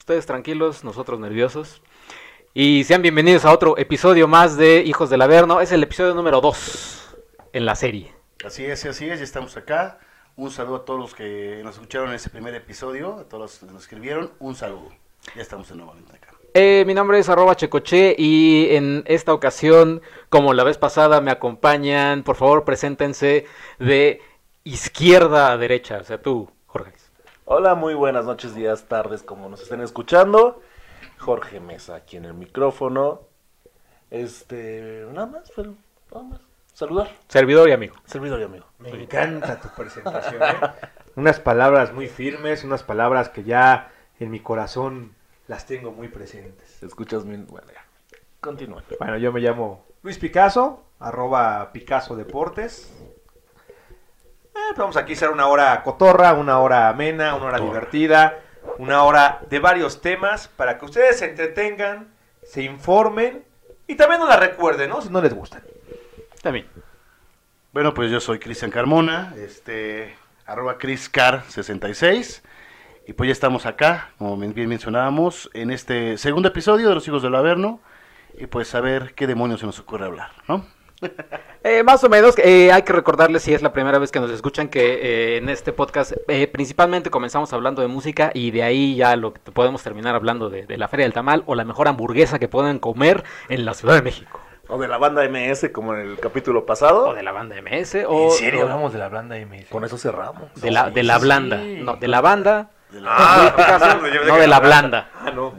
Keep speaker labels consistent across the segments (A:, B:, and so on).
A: Ustedes tranquilos, nosotros nerviosos. Y sean bienvenidos a otro episodio más de Hijos del Averno. Es el episodio número 2 en la serie.
B: Así es, así es, ya estamos acá. Un saludo a todos los que nos escucharon en ese primer episodio, a todos los que nos escribieron, un saludo. Ya estamos de nuevo acá.
A: Eh, mi nombre es arroba checoche y en esta ocasión, como la vez pasada, me acompañan, por favor, preséntense de izquierda a derecha, o sea, tú, Jorge.
C: Hola, muy buenas noches, días, tardes, como nos estén escuchando. Jorge Mesa aquí en el micrófono. Este, nada más, pero nada más. Saludar,
A: Servidor y amigo.
C: servidor y amigo.
D: Me encanta tu presentación. ¿eh? unas palabras muy firmes, unas palabras que ya en mi corazón las tengo muy presentes.
C: Escuchas mi. Bueno, ya. Continúen.
D: Bueno, yo me llamo Luis Picasso, arroba Picasso Deportes. Eh, vamos aquí a hacer una hora cotorra, una hora amena, una hora divertida, una hora de varios temas para que ustedes se entretengan, se informen y también nos la recuerden, ¿no? Si no les gustan.
A: También.
B: Bueno, pues yo soy Cristian Carmona, este, arroba ChrisCar66. Y pues ya estamos acá, como men- bien mencionábamos, en este segundo episodio de Los Hijos del Averno. Y pues a ver qué demonios se nos ocurre hablar, ¿no?
A: Eh, más o menos, eh, hay que recordarles si es la primera vez que nos escuchan que eh, en este podcast eh, principalmente comenzamos hablando de música y de ahí ya lo que podemos terminar hablando de, de la Feria del Tamal o la mejor hamburguesa que puedan comer en la Ciudad de México.
C: O de la banda MS, como en el capítulo pasado.
A: O de la banda MS o, o
C: de la banda MS? Con eso cerramos.
A: de la, de la blanda. No, de la banda.
B: De Ah,
A: Luis Picasso, no, de la blanda.
D: Ah, no.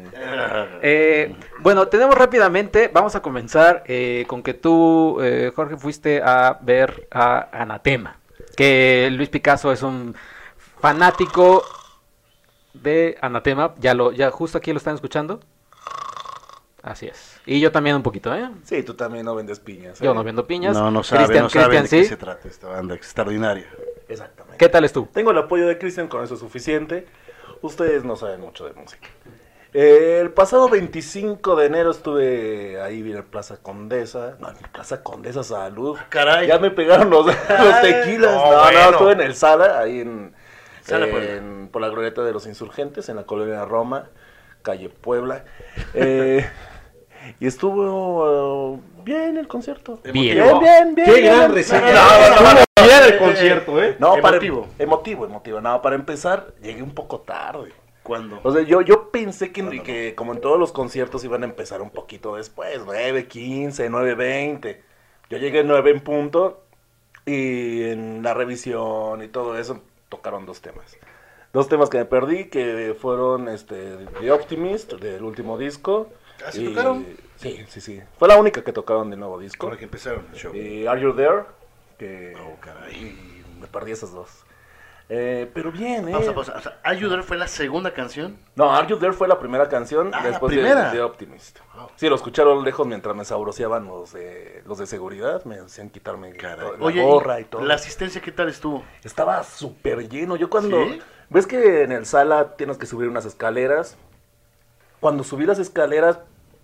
A: Eh, bueno, tenemos rápidamente, vamos a comenzar eh, con que tú, eh, Jorge, fuiste a ver a Anatema, que Luis Picasso es un fanático de Anatema, ya lo, ya justo aquí lo están escuchando. Así es. Y yo también un poquito, ¿eh?
C: Sí, tú también no vendes piñas.
A: Yo
C: ¿eh?
A: no viendo piñas.
B: No, no saben,
A: Cristian-
B: no saben de
A: Cristian
B: qué
A: sí.
B: se trata esta banda extraordinaria.
C: Exactamente.
A: ¿Qué tal es tú?
C: Tengo el apoyo de Cristian, con eso es suficiente. Ustedes no saben mucho de música. Eh, El pasado 25 de enero estuve ahí en la Plaza Condesa. No, en la Plaza Condesa Salud.
B: Ah, Caray.
C: Ya me pegaron los, los tequilas.
B: no,
C: No, no,
B: bueno.
C: estuve en el Sala, ahí en,
B: Sala
C: en-
B: Puebla.
C: por la glorieta de los insurgentes, en la colonia Roma, calle Puebla. Eh, y estuvo eh, bien el concierto.
A: Bien.
C: bien, bien, bien.
D: Qué gran
C: bien.
D: reseña.
B: Bien el
D: concierto, ¿eh?
C: No, para,
B: Emotivo.
C: emotivo. Emotivo, No, para empezar, llegué un poco tarde.
B: ¿Cuándo?
C: O sea, yo, yo pensé que,
B: No, no,
C: que como en todos los conciertos iban a empezar un poquito después, 9, 15, 9, 20. Yo llegué 9 en punto y en la revisión y todo eso tocaron dos temas. Dos temas que me perdí, que fueron este, The Optimist, del último disco.
B: ¿Ah, sí tocaron?
C: Sí, sí, sí. Fue la única que tocaron del nuevo disco.
B: Con la que empezaron el show.
C: Y Are You There, que...
B: Oh, caray.
C: Me perdí esas dos. Eh, pero bien, ¿eh?
B: Pausa, pausa. O sea, Ayudar fue la segunda canción.
C: No, Are You There fue la primera canción
B: Ah, la
C: después de-
B: primera.
C: De, Optimist. Sí, lo escucharon lejos mientras me sabroseaban los de, los de seguridad. Me hacían quitarme
B: Caray.
C: la
B: Oye,
C: gorra
B: y
C: y todo.
B: la asistencia, ¿qué tal estuvo?
C: Estaba súper lleno. Yo cuando...
B: ¿Sí?
C: ¿Ves que en el sala tienes que subir unas escaleras? Cuando subí las escaleras,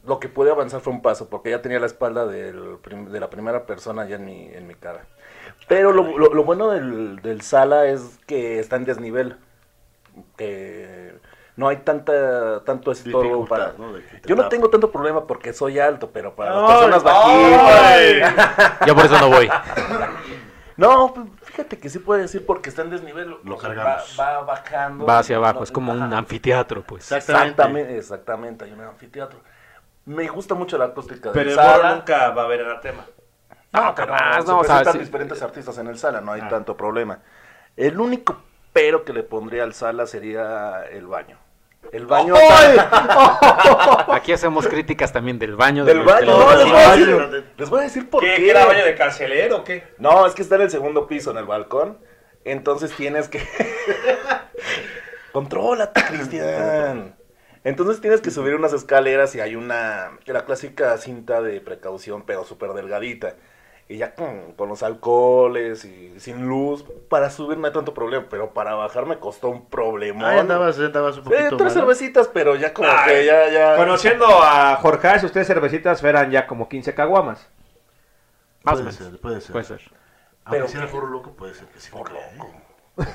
C: lo que pude avanzar fue un paso, porque ya tenía la espalda del prim- de la primera persona ya en mi, en mi cara. Pero lo, lo- lo bueno del, del sala es que está en desnivel. Que no hay tanta tanto estorbo
B: Dificultad,
C: para...
B: ¿no? De que te
C: Yo no
B: tape.
C: tengo tanto problema porque soy alto, pero para las
D: ¡Ay!
C: personas bajitas...
B: ¡Ay!
A: Yo por eso no voy.
C: No, pues, fíjate que sí puede decir porque está en desnivel.
B: Lo
C: o sea,
B: cargamos.
C: Va, va bajando.
A: Va hacia abajo,
C: No,
A: es como un
C: ajá.
A: anfiteatro, pues.
B: Exactamente.
C: Exactamente, exactamente, hay un anfiteatro. Me gusta mucho la acústica del
D: Pero el
C: Sala.
D: Borro nunca va a ver el tema.
A: No,
C: Pero
A: capaz,
C: se
A: no, o sea,
C: presentan
A: sí.
C: diferentes artistas en el Sala, no hay
D: Ah.
C: tanto problema. El único pero que le pondría al Sala sería el baño. El baño
A: Aquí hacemos críticas también del baño.
C: del
A: los-
C: baño.
A: los-
C: No, les voy a
B: baños.
C: decir, les voy a decir por
D: ¿Qué,
C: qué.
D: ¿Qué era baño de carcelero o qué?
C: No, es que está en el segundo piso, en el balcón. Entonces tienes que. Contrólate, Cristian. Entonces tienes que subir unas escaleras y hay una. La clásica cinta de precaución, pero súper delgadita. Y ya con, con los alcoholes y sin luz. Para subir no hay tanto problema, pero para bajar me costó un problema.
B: Ahí andabas, andabas un poquito
C: tres
B: mal, ¿no?
C: cervecitas, pero ya como
E: Ah,
D: Ay,
E: eh.
C: que ya, ya.
D: Conociendo a Jorge, si ustedes cervecitas eran ya como 15 caguamas.
A: Más o
B: Puede
A: menos.
B: ser, puede ser.
A: Puede ser.
B: Aunque
C: Pero-
B: sea el foro loco, puede ser que sí.
C: Por loco.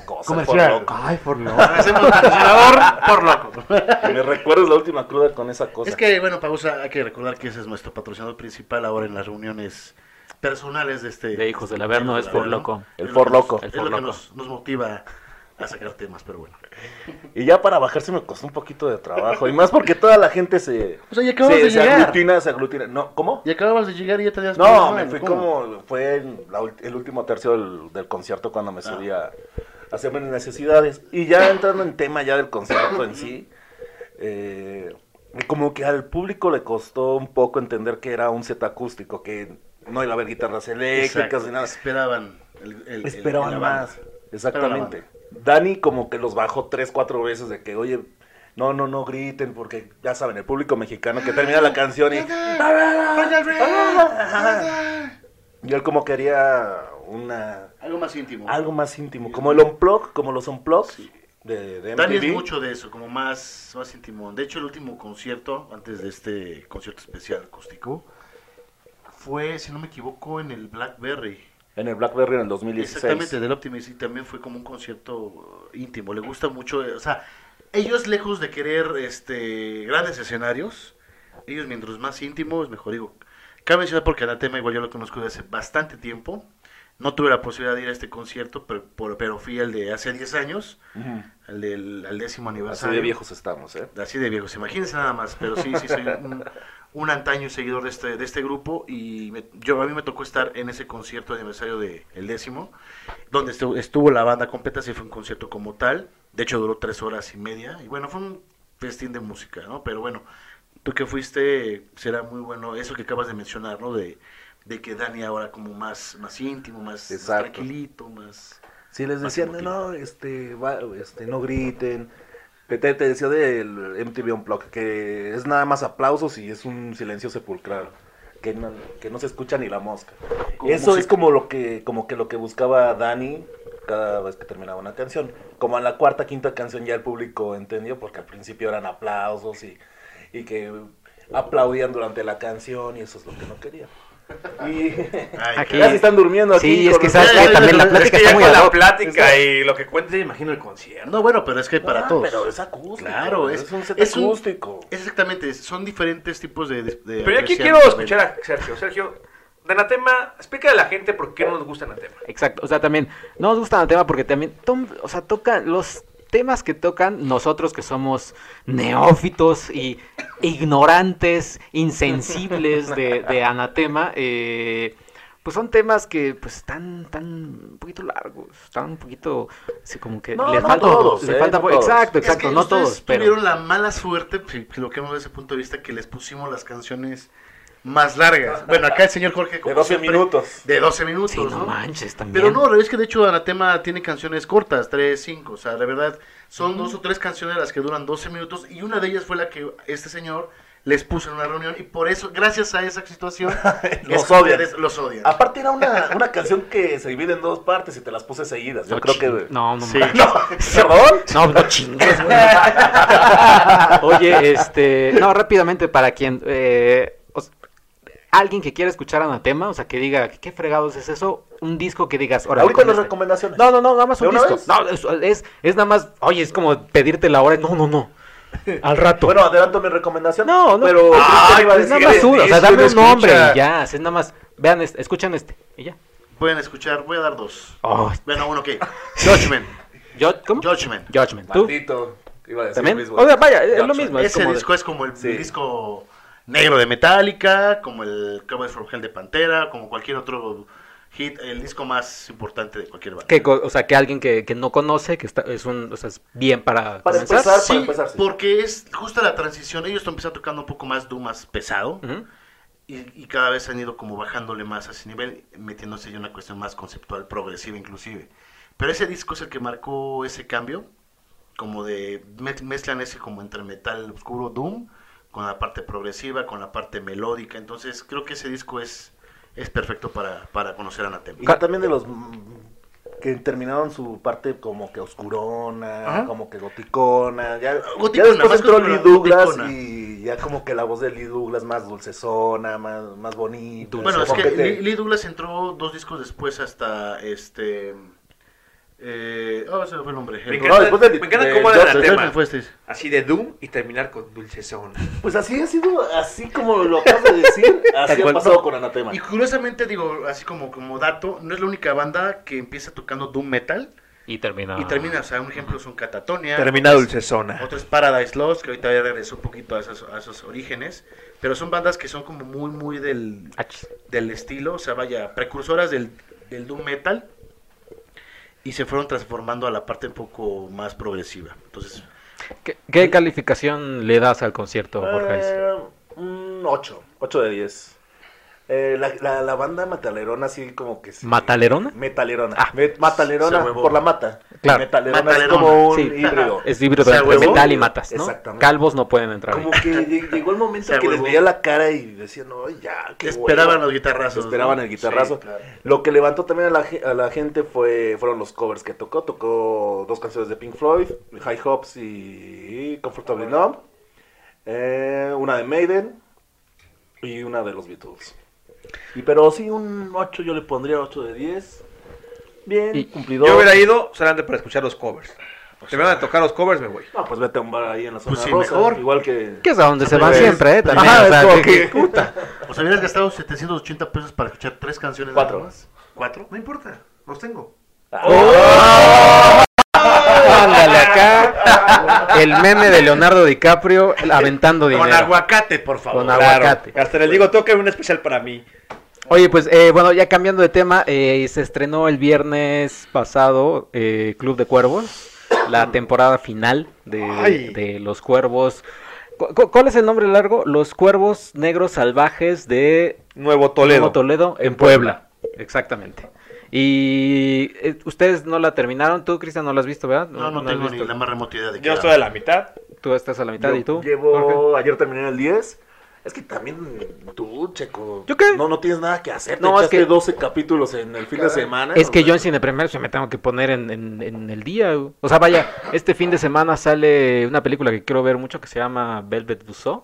C: Cosa
B: Comercial.
C: por loco.
B: Ay, por loco. Hacemos patrocinador por loco.
C: Me recuerdas la última cruda con esa cosa.
B: Es que, bueno, pausa, hay que recordar que ese es nuestro patrocinador principal ahora en las reuniones personales de este...
A: De Hijos del Averno,
B: Hijos
A: es
B: del
A: por
B: Averno.
A: loco.
C: El
B: Es lo
C: por
B: que nos-
C: loco. El
B: Es
A: por
B: lo que
A: loco.
B: nos, nos motiva a sacar temas, pero bueno.
C: Y ya para bajar se me costó un poquito de trabajo. Y más porque toda la gente se,
B: O sea, ya acabamos
C: se,
B: de
C: se
B: llegar.
C: aglutina, se aglutina. No, ¿Cómo?
B: Y acababas de llegar y ya te habías
C: No,
B: programado,
C: me fui
B: ¿cómo?
C: como. Fue en la ult- el último tercio del, del concierto cuando
B: Ah.
C: me subí a, a hacer mis necesidades. Y ya entrando en tema ya del concierto en sí, eh, como que al público le costó un poco entender que era un set acústico, que no iba a haber guitarras eléctricas
B: Exacto,
C: ni nada.
B: Esperaban. el- el- el-
C: Esperaban
B: la banda.
C: más. Exactamente. Dani como que los bajó tres, cuatro veces de que, oye, no, no, no griten, porque ya saben, el público mexicano que termina la canción y... Y él como quería una...
B: Algo más íntimo.
C: Algo más íntimo, como el unplug, como los unplug de, de
B: Dani es
C: MTV.
B: mucho de eso, como más, más íntimo. De hecho, el último concierto, antes de este concierto especial acústico, fue, si no me equivoco, en el Blackberry.
C: En el Blackberry en el 2016.
B: Exactamente, del Optimist. Y también fue como un concierto eh, íntimo. Le gusta mucho, eh, o sea, ellos lejos de querer este grandes escenarios, ellos mientras más íntimo es mejor. Digo, cabe mencionar porque Anatema igual yo lo conozco desde hace bastante tiempo. No tuve la posibilidad de ir a este concierto, pero, por- pero fui al de hace 10 años,
C: Ujú.
B: al del al décimo
C: Así
B: aniversario.
C: de viejos estamos, ¿eh?
B: Así de viejos, imagínense nada más, pero sí, sí, soy un, un antaño seguidor de este, de este grupo y me- yo a mí me tocó estar en ese concierto de aniversario de El Décimo, donde estu- estuvo, la banda completa, sí fue un concierto como tal, de hecho duró tres horas y media y bueno, fue un festín de música, ¿no? Pero bueno, tú que fuiste, será muy bueno eso que acabas de mencionar, ¿no? De, de que Dani ahora como más, más íntimo, más, más
C: Exacto.
B: tranquilito, más...
C: Sí, les
B: Más
C: decían,
B: emotivo.
C: no, este, va- este, no griten. Te, te- te decía del MTV Unplugged, que es nada más aplausos y es un silencio sepulcral. Que no, que no se escucha ni la mosca.
B: Como
C: Eso es
B: música.
C: como lo que, como que lo que buscaba Dani cada vez que terminaba una canción. Como a la cuarta, quinta canción ya el público entendió, porque al principio eran aplausos y, y que aplaudían durante la canción y eso es lo que no quería. Y
B: Ay,
A: Aquí.
B: caray.
C: ya se están durmiendo aquí.
A: Sí, es
C: con
A: que
C: nosotros.
A: sabes que también la plática
E: Es que
A: está
E: ya
A: muy
E: con
A: ad
E: la
A: hoc.
E: plática y lo que cuenta, ya imagino el concierto.
B: No, bueno, pero es que hay para
C: Ah,
B: todos.
C: Pero es acústico.
B: Claro, es,
C: es, un set
B: es un-
C: acústico.
B: Exactamente, son diferentes tipos de... de- de
E: Pero yo aquí
B: apreciar
E: quiero
B: el
E: escuchar a Sergio. Sergio, de Anatema, explica a la gente por qué no nos gusta Anatema.
A: Exacto, o sea, también no nos gusta el tema porque también, tom- o sea, tocan los temas que tocan nosotros que somos neófitos y ignorantes, insensibles de, de anatema, eh, pues son temas que pues están tan un poquito largos, están un poquito así como que
C: No,
A: les
C: no
A: falta,
C: todos,
A: les
C: eh,
A: falta
C: no todos.
A: exacto,
B: Es
A: exacto,
B: que
A: no
B: ustedes
A: todos, pero
B: Tuvieron la mala suerte, si si lo que vemos desde ese punto de vista, que les pusimos las canciones más largas. Bueno, acá el señor Jorge... como
C: De 12
B: siempre,
C: minutos.
B: De 12 minutos,
A: sí, no
B: ¿no?
A: manches también.
B: Pero no, al revés que de hecho Anatema tiene canciones cortas, 3, 5, o sea, de verdad, son dos o tres canciones las que duran 12 minutos y una de ellas fue la que este señor les puso en una reunión y por eso, gracias a esa situación, es
C: Los
B: que
C: odian. Ah,
B: ustedes Los odian.
C: Aparte era una, una canción que se divide en dos partes y te las puse seguidas. Yo
B: No,
C: creo
B: ching-
C: que...
A: no, no,
B: Sí.
A: manches.
C: No, ¿Perdón?
A: No, no chingues, güey. Oye, este. No, rápidamente, para quien. eh, o s- alguien que quiera escuchar Anatema, o sea, que diga, ¿qué fregados es eso? Un disco que digas, órale,
C: Ahorita
A: con
C: las
A: este.
C: recomendaciones.
A: No, no, no, nada más
C: ¿De
A: un
C: una
A: disco.
C: vez?
A: No, es, es, es nada más. Oye, es como pedirte la hora. No, no, no. Al rato.
C: Bueno, adelanto mi recomendación.
A: No, no.
C: Pero...
E: Ay,
C: iba a
A: es nada
C: decir-
A: más uno. O sea,
E: disco,
A: dame
E: no
A: un nombre
E: escucha.
A: y ya. Es nada más. Vean, este, escuchan este. Y ya.
B: Pueden escuchar, voy a dar dos.
A: Oh,
B: Bueno, uno que. Judgment.
A: yo- ¿Cómo?
B: Judgment.
A: Judgment. ¿Tú?
C: Maldito. Iba a decir
A: ¿También?
C: lo mismo.
A: O sea, vaya, es lo
C: Judgment.
A: mismo. es
B: Ese
A: como de-
B: disco es como el
C: Sí.
B: disco negro de Metallica, como el Cowboys from Hell de Pantera, como cualquier otro hit, el disco más importante de cualquier banda.
A: Que, co- o sea, que alguien que, que no conoce, que está, es un, o sea, es bien para,
C: Para
A: comenzar.
C: empezar.
B: Sí,
C: empezar, sí.
B: porque es justo la transición. Ellos empiezan tocando un poco más doom, más pesado.
A: Ujú.
B: y, y cada vez han ido como bajándole más a ese nivel, metiéndose ya en una cuestión más conceptual, progresiva inclusive. Pero ese disco es el que marcó ese cambio, como de mez- mezclan ese como entre metal oscuro doom con la parte progresiva, con la parte melódica. Entonces creo que ese disco es es perfecto para, para conocer a Anatema.
C: Y también de los mm, que terminaron su parte como que oscurona,
B: Ajá.
C: como que goticona. Ya,
B: Goticona,
C: ya después
B: más
C: entró
B: goticona,
C: Lee Douglas
B: goticona.
C: y ya como que la voz de Lee Douglas más dulcezona, más, más bonita.
B: Bueno, es
C: como
B: que
C: te-
B: Lee- Lee Douglas entró dos discos después hasta este Eh, ah, se me fue el nombre.
E: Me
B: El-
E: encanta,
C: No, eh, después del-
E: me encanta
C: del
E: cómo era
C: Joker,
E: el
B: el
E: anatema.
B: Joker fue este.
E: Así de Doom y terminar con Dulcezona.
C: Pues así ha sido, así como lo acabas de decir, así ha
A: cual.
C: pasado con Anatema.
B: Y curiosamente, digo, así como, como dato, no es la única banda que empieza tocando Doom Metal
A: Y termina.
B: y termina, o sea, un ejemplo son Catatonia.
D: Termina
B: otro es-
D: Dulcezona.
B: Otro es Paradise Lost, que ahorita ya regresó un poquito a esos, a esos orígenes. Pero son bandas que son como muy, muy del,
A: Ach.
B: del estilo, o sea, vaya, precursoras del, del Doom Metal. Y se fueron transformando a la parte un poco más progresiva. Entonces,
A: ¿Qué, qué calificación le das al concierto, Jorge?
C: Eh, un 8, 8 de 10. Eh, la, la, la banda matalerona, así como que. se-
A: ¿Matalerona?
C: Metalerona.
A: Ah.
C: Me-
B: Se
C: matalerona
B: huevó.
C: por la mata.
A: Claro.
C: Metalerona,
B: Matalerona,
C: es como un
A: sí.
C: híbrido.
A: Es híbrido
B: O sea,
A: entre
B: huevo.
A: metal y matas, ¿no?
C: Exactamente.
A: Calvos no pueden entrar. ahí.
C: Como que lleg- llegó el momento
B: Se
C: que les
B: huevó.
C: veía la cara y decían, no, ya, qué
B: esperaban
C: hueva".
B: los guitarrazos.
C: Esperaban
B: ¿no?
C: el guitarrazo.
B: Sí, claro.
C: Lo que levantó también a la, ge- a la gente fue fueron los covers que tocó. Tocó dos canciones de Pink Floyd, High Hopes y Comfortably Numb. Eh, una de Maiden y una de los Beatles. Y pero sí, un 8 yo le pondría 8 de 10. Bien,
A: Y-
C: cumplidor.
E: Yo hubiera ido solamente para escuchar los covers. Si me van a tocar los covers, me voy.
C: No, pues vete a un bar ahí en la zona
B: Pues sí,
C: rosa,
B: mejor.
C: Igual que...
A: Que es a donde se van
C: Pues,
A: siempre, ¿eh? También,
C: Ajá,
A: o
C: es
A: sea,
C: como
A: que-
C: que-
B: O sea, hubieras gastado 780 pesos para escuchar tres canciones. nada
C: Cuatro.
B: más. ¿Cuatro?
E: No importa, los tengo.
A: Ándale acá. El meme de Leonardo DiCaprio aventando dinero.
E: Con aguacate, por favor.
A: Con aguacate.
F: Hasta les digo, toca un especial para mí.
A: Oye, pues eh, bueno, ya cambiando de tema, eh, se estrenó el viernes pasado eh, Club de Cuervos, la temporada final de,
F: Ay.
A: de Los Cuervos. Cu- cu- ¿Cuál es el nombre largo? Los Cuervos Negros Salvajes de
F: Nuevo Toledo.
A: Nuevo Toledo en Puebla. Exactamente. Y eh, ustedes no la terminaron, tú Cristian no la has visto, ¿verdad?
B: No, no,
A: has
B: tengo ni
A: visto.
B: la más remota idea de qué
F: Yo
B: era.
F: estoy a la mitad.
A: Tú estás a la mitad
C: Yo
A: y tú.
C: Llevo,
A: Jorge?
C: ayer terminé en el 10. Es que también tú, Checo.
A: ¿Yo qué?
C: No, no tienes nada que hacer.
A: No,
C: No,
A: es
C: es
A: que-
C: 12 capítulos en el fin de semana.
A: Es que
C: O sea,
A: yo en Cine Premier se me tengo que poner en, en- en el día. güey. O sea, vaya, este fin de semana sale una película que quiero ver mucho que se llama Velvet Buzzsaw.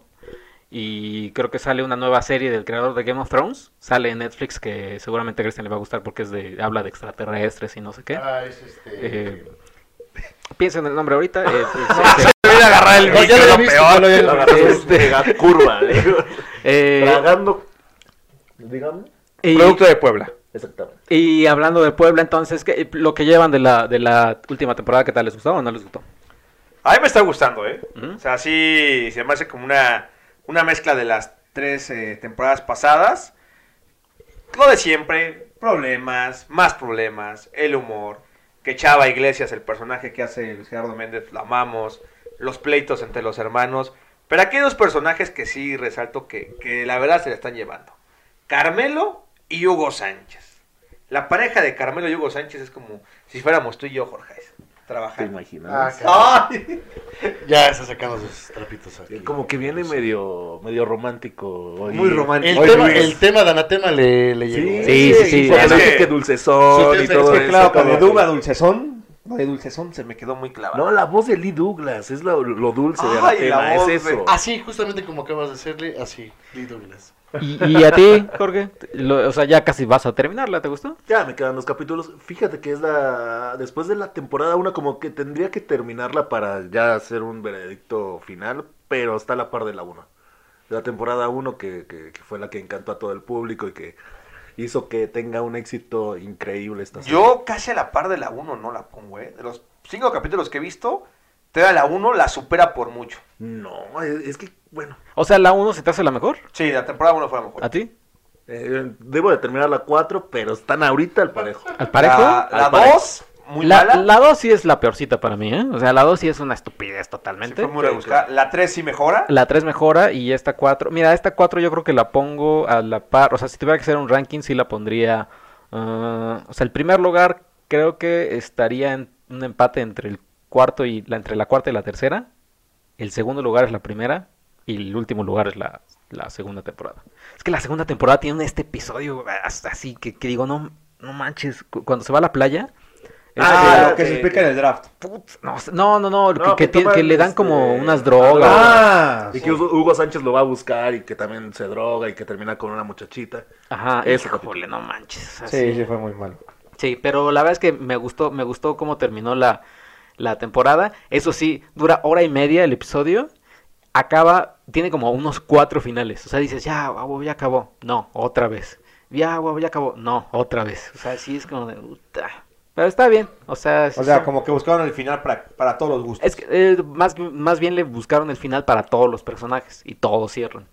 A: Y creo que sale una nueva serie del creador de Game of Thrones. Sale en Netflix que seguramente a Christian le va a gustar porque es de habla de extraterrestres y no sé qué.
B: Ah, es este...
A: Eh, piensa en el nombre ahorita. eh,
F: Te voy a agarrar el
A: No, ya lo he
F: micro,
A: visto, Este,
C: la
F: peor. Este,
C: verdad es una mega curva. ¿eh?
A: eh, eh,
C: Tragando. Dígame.
A: y-
F: Producto de Puebla.
C: Exactamente.
A: y hablando de Puebla, entonces, ¿qué- lo que llevan de la, de la última temporada, ¿qué tal? ¿Les gustó o no les gustó?
F: A mí me está gustando, ¿eh?
A: Ujú.
F: O sea, sí, se me hace como una, una mezcla de las tres eh, temporadas pasadas. Lo de siempre, problemas, más problemas, el humor, que Chava Iglesias, el personaje que hace Luis Gerardo Méndez, la amamos, los pleitos entre los hermanos. Pero aquí hay dos personajes que sí resalto que, que la verdad se la están llevando. Carmelo y Hugo Sánchez. La pareja de Carmelo y Hugo Sánchez es como si fuéramos tú y yo, Jorge,
C: Te
F: trabajando.
C: imaginas.
F: ¡Ay!
B: Ah, Ya está sacando sus trapitos aquí.
C: Como que viene medio, medio romántico. hoy.
F: Muy romántico.
B: El,
F: Oye,
B: tema,
F: Luis.
B: el tema de Anatema le, le llegó.
C: Sí,
B: ¿eh?
A: Sí, sí, sí.
C: porque
F: Es
C: no
F: que-
C: es que dulcezón
B: Sí,
C: y
B: es
C: todo
B: que
C: eso,
F: claro, con
C: como
F: de
C: que-
F: Duma Dulcezón, lo de Dulcezón se me quedó muy clavado.
C: No, la voz de Lee Douglas es lo, lo dulce de
F: Ay, la
C: Anatema,
F: voz de-
C: es eso.
B: Así, Ah, justamente como acabas de hacerle, así, Lee Douglas.
A: ¿Y, y a ti, Jorge? Lo- o sea, ya casi vas a terminarla, ¿te gustó?
C: Ya me quedan dos capítulos. Fíjate que es la. Después de la temporada una como que tendría que terminarla para ya hacer un veredicto final, pero está a la par de la 1. La temporada 1 que, que- que fue la que encantó a todo el público y que hizo que tenga un éxito increíble esta serie.
F: Yo casi a la par de la 1 no la pongo, ¿eh? De los cinco capítulos que he visto, todavía la 1 la supera por mucho.
C: No, es, es que, bueno,
A: O sea, la 1 se te hace la mejor.
F: Sí, la temporada 1 fue la mejor.
A: ¿A ti?
C: eh, debo de terminar la 4, pero están ahorita al parejo.
A: ¿Al parejo?
F: La- La
C: Al parejo.
F: 2, muy
A: la,
F: mala.
A: la 2 sí es la peorcita para mí, ¿eh? O sea, la 2 sí es una estupidez
F: sí,
A: totalmente.
F: fue muy rebuscada. La 3 sí mejora.
A: La 3 mejora y esta 4. Mira, esta 4 yo creo que la pongo a la par. O sea, si tuviera que hacer un ranking, sí la pondría. ah, o sea, el primer lugar creo que estaría en un empate entre el cuarto y la entre la cuarta y la tercera. El segundo lugar es la primera. Y el último lugar es la, la segunda temporada. Es que la segunda temporada tiene un este episodio ah, así que, que digo, no, no manches. cu- Cuando se va a la playa. este,
C: Ah, lo que se explica en
F: el draft.
A: put- no, sé, no, no, no, que,
C: No,
A: que
C: que
A: tiene- que
C: toman,
A: le dan
C: este,
A: como unas drogas.
F: Ah,
C: Y que Hugo Hugo Sánchez lo va a buscar y que también se droga y que termina con una muchachita.
A: Ajá,
C: Eso.
A: híjole, no manches.
F: sí,
A: así.
F: sí, fue muy malo.
A: Sí, pero la verdad es que me gustó, me gustó cómo terminó la, la temporada. Eso sí, dura hora y media el episodio. Acaba, tiene como unos cuatro finales. O sea, dices, ya, guau, ya acabó. No, otra vez. Ya, guau, ya acabó. No, otra vez. O sea, sí es como de... "Uta". Pero está bien. O sea, sí
F: O sea,
A: son-
F: como que buscaron el final para, para todos los gustos.
A: es que, eh, más, más bien le buscaron el final para todos los personajes y todos cierran.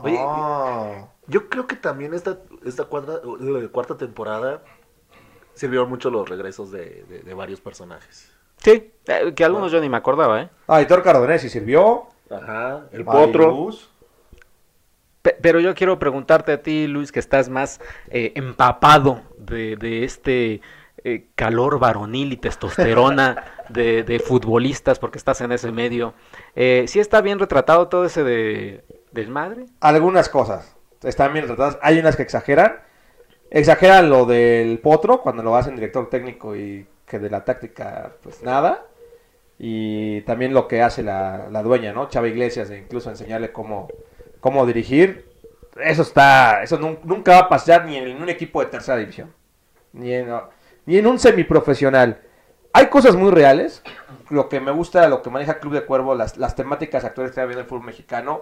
F: Oye,
C: Oye,
F: oh.
C: Yo creo que también esta, esta cuadra- eh, cuarta temporada sirvieron mucho los regresos de, de- de varios personajes.
A: Sí, eh, que algunos yo ni me acordaba, ¿eh?
F: Ah, Aitor Cardonés sí sirvió.
C: Ajá, el potro.
F: Mariluz.
A: Pe- Pero yo quiero preguntarte a ti, Luis, que estás más eh, empapado de, de este eh, calor varonil y testosterona de, de futbolistas, porque estás en ese medio. Eh, ¿Sí está bien retratado todo ese de desmadre?
F: Algunas cosas están bien tratadas. Hay unas que exageran. Exageran lo del potro cuando lo hacen director técnico y que de la táctica, pues nada. Y también lo que hace la, la dueña, ¿no? Chava Iglesias, de incluso enseñarle cómo, cómo dirigir. Eso está, eso nun- nunca va a pasar ni en, un equipo de tercera división, ni en, ni en un semiprofesional. Hay cosas muy reales. Lo que me gusta, lo que maneja Club de Cuervo, las, las temáticas actuales que está viendo el fútbol mexicano,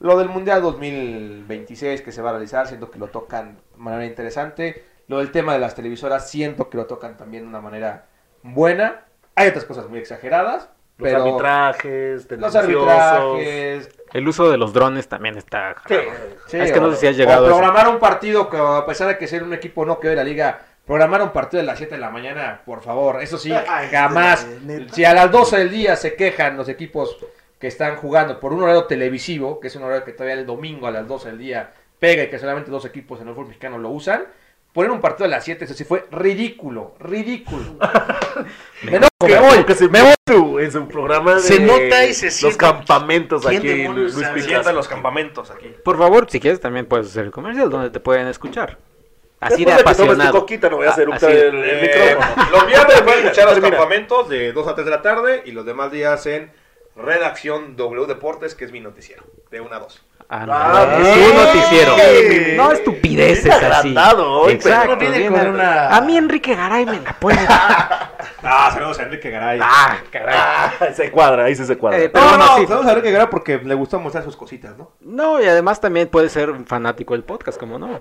F: lo del Mundial 2026 que se va a realizar, siento que lo tocan de manera interesante. Lo del tema de las televisoras, siento que lo tocan también de una manera buena. Hay otras cosas muy exageradas,
C: Los
F: pero
C: arbitrajes,
F: los
C: tendenciosos.
F: arbitrajes.
A: El uso de los drones también está...
F: sí,
A: Es que no
F: o-
A: sé si has llegado
F: o
A: a eso.
F: programar un partido que a pesar de que ser un equipo no que hoy la liga, programar un partido de las 7 de la mañana, por favor, eso sí, jamás. Si a las 12 del día se quejan los equipos que están jugando por un horario televisivo, que es un horario que todavía el domingo a las 12 del día pega y que solamente dos equipos en el fútbol mexicano lo usan, poner un partido a las 7, eso sí fue ridículo, ridículo. Me enojo, me voy.
C: Como que se me en su, en su programa de
B: Se nota y se
C: los
B: siente.
C: campamentos
B: ¿Quién
C: aquí en
B: demonios
C: Luis
B: sabe?
C: Picasso.
G: los campamentos aquí.
A: Por favor, si quieres también puedes hacer el comercial donde te pueden escuchar. Así de
C: Después que tomes tu
A: apasionado.
C: coquita, no voy a
A: Ah,
C: hacer un
A: así.
C: el,
F: Eh,
C: el micrófono.
F: Los viernes pueden escuchar los
C: Termina.
F: campamentos de 2 a 3 de la tarde y los demás días en Redacción W Deportes, que es mi noticiero, de 1 a 2.
A: Ah, no,
C: Ah,
A: es
C: bien.
A: un noticiero.
C: Bien.
A: No estupideces
C: Bien
A: así.
C: agrandado hoy, pero
A: Exacto.
C: no viene
A: bien
C: con
A: agrandado.
C: una-
A: A mí Enrique Garay me la pone.
F: Ah, saludos a Enrique Garay.
A: ah, caray.
C: Ah, se cuadra, ahí sí se cuadra.
A: Eh, pero
F: no,
A: aún
F: no,
A: así-
F: saludos a Enrique Garay porque le gusta mostrar sus cositas, ¿no?
A: No, y además también puede ser un fanático del podcast, como no.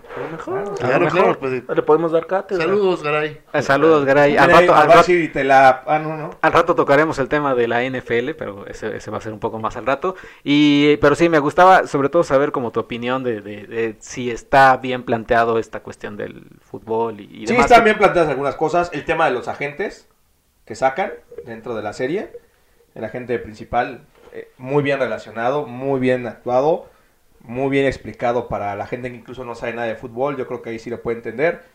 B: Claro, claro, pues, eh,
C: Le podemos dar cátedra.
B: Saludos, Garay.
A: Eh, Saludos, Garay. Al
F: Mira,
A: rato,
F: ahí
A: al
F: va
A: rato-
F: así y te la... Ah, no, no.
A: al rato tocaremos el tema de la NFL, pero ese, ese va a ser un poco más al rato. Y, pero sí, me gustaba sobre todo saber como tu opinión de, de- de si está bien planteado esta cuestión del fútbol y, y
F: Sí,
A: demás.
F: están bien planteadas algunas cosas. El tema de los agentes que sacan dentro de la serie. El agente principal, eh, muy bien relacionado, muy bien actuado, muy bien explicado para la gente que incluso no sabe nada de fútbol. Yo creo que ahí sí lo puede entender.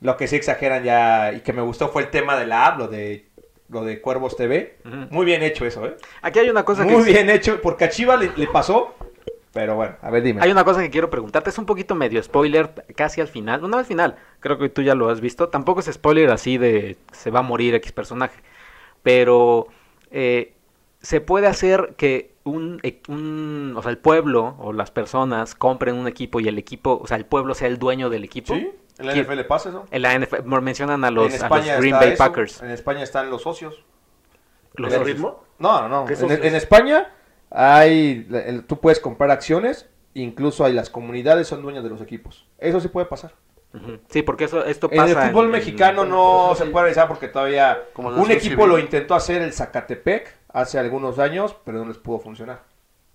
F: Lo que sí exageran ya y que me gustó fue el tema de la app, lo de, lo de Cuervos TV.
A: Ujú.
F: Muy bien hecho eso, ¿eh?
A: Aquí hay una cosa que
F: muy
A: sí-
F: bien hecho, porque a Chiva le, le pasó. Pero bueno, a ver, dime.
A: Hay una cosa que quiero preguntarte, es un poquito medio spoiler casi al final, no, no al final, creo que tú ya lo has visto, tampoco es spoiler así de se va a morir X personaje, pero eh, se puede hacer que un, e- un, o sea, el pueblo o las personas compren un equipo y el equipo, o sea, el pueblo sea el dueño del equipo.
F: ¿Sí? ¿En la
A: ¿Quién?
F: NFL pasa eso?
A: En la NFL mencionan a los,
F: en
A: a los
F: España
A: Green
F: está
A: Bay
F: eso,
A: Packers.
F: En España están los socios.
A: Los
F: ¿El
A: socios.
F: ritmo? No, no, no.
C: ¿Qué
F: En,
C: socios?
F: en España hay, la- el- tú puedes comprar acciones, incluso hay las comunidades son dueñas de los equipos. Eso sí puede pasar.
A: Ujú. Sí, porque eso, esto
F: En
A: pasa.
F: el fútbol
A: en-
F: mexicano no se puede realizar porque todavía
B: Como
F: un
B: nación
F: equipo
B: civil.
F: lo intentó hacer el Zacatepec hace algunos años, pero no les pudo funcionar.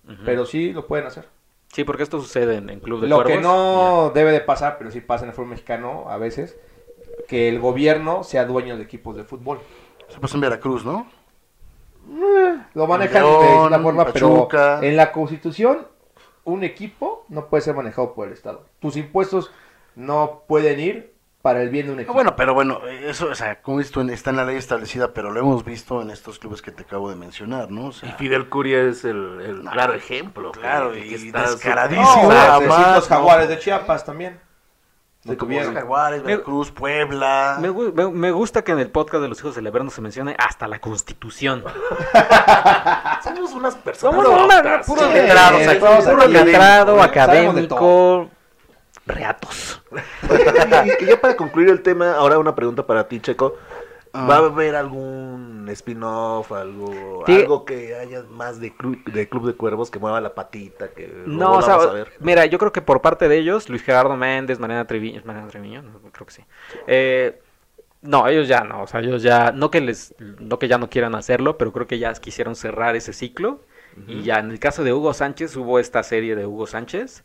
A: Ujú.
F: Pero sí lo pueden hacer.
A: Sí, porque esto sucede en, en Club de
F: Lo que
A: Cuervos.
F: no debe de pasar, pero sí pasa en el fútbol mexicano a veces, que el gobierno sea dueño de equipos de fútbol.
B: Se pasó en Veracruz, ¿no?
F: Lo manejan
B: León,
F: de la forma,
B: Pachuca.
F: pero en la Constitución un equipo no puede ser manejado por el Estado. Tus impuestos no pueden ir para el bien de un
B: Ah,
F: equipo.
B: Bueno, pero bueno, eh, eso, o sea, como esto está en la ley establecida, pero lo hemos visto en estos clubes que te acabo de mencionar, ¿no? O
C: Y
B: sea,
C: Fidel Curia es el, el claro ejemplo.
B: Claro,
C: que- que
B: y
C: está su-
B: descaradísimo.
F: No,
B: nada
F: los
B: más,
F: los
B: ¿no?
F: jaguares de Chiapas también. No
B: de como
F: tuvieron.
B: Jaguares, Veracruz, Puebla.
A: Me, gu- me- me gusta que en el podcast de los hijos del Averno se mencione hasta la constitución.
C: Somos unas personas.
A: una-
C: doctas.
A: puros
F: Sí,
A: letrados
F: sí,
A: aquí,
F: todos
A: puro
F: aquí.
A: letrado,
F: Sabemos de
A: académico, reatos.
C: y ya para concluir el tema, ahora una pregunta para ti, Checo. ¿Va a haber algún spin-off, algo,
A: Sí.
C: algo que haya más de, clu- de Club de Cuervos que mueva la patita? Que
A: No, o sea,
C: vamos a ver.
A: mira, yo creo que por parte de ellos, Luis Gerardo Méndez, Mariana Treviño, ¿es Mariana Treviño, No, creo que sí. Eh, no, ellos ya no, o sea, ellos ya, no que les, no que ya no quieran hacerlo, pero creo que ya quisieron cerrar ese ciclo. Y ya en el caso de Hugo Sánchez, hubo esta serie de Hugo Sánchez.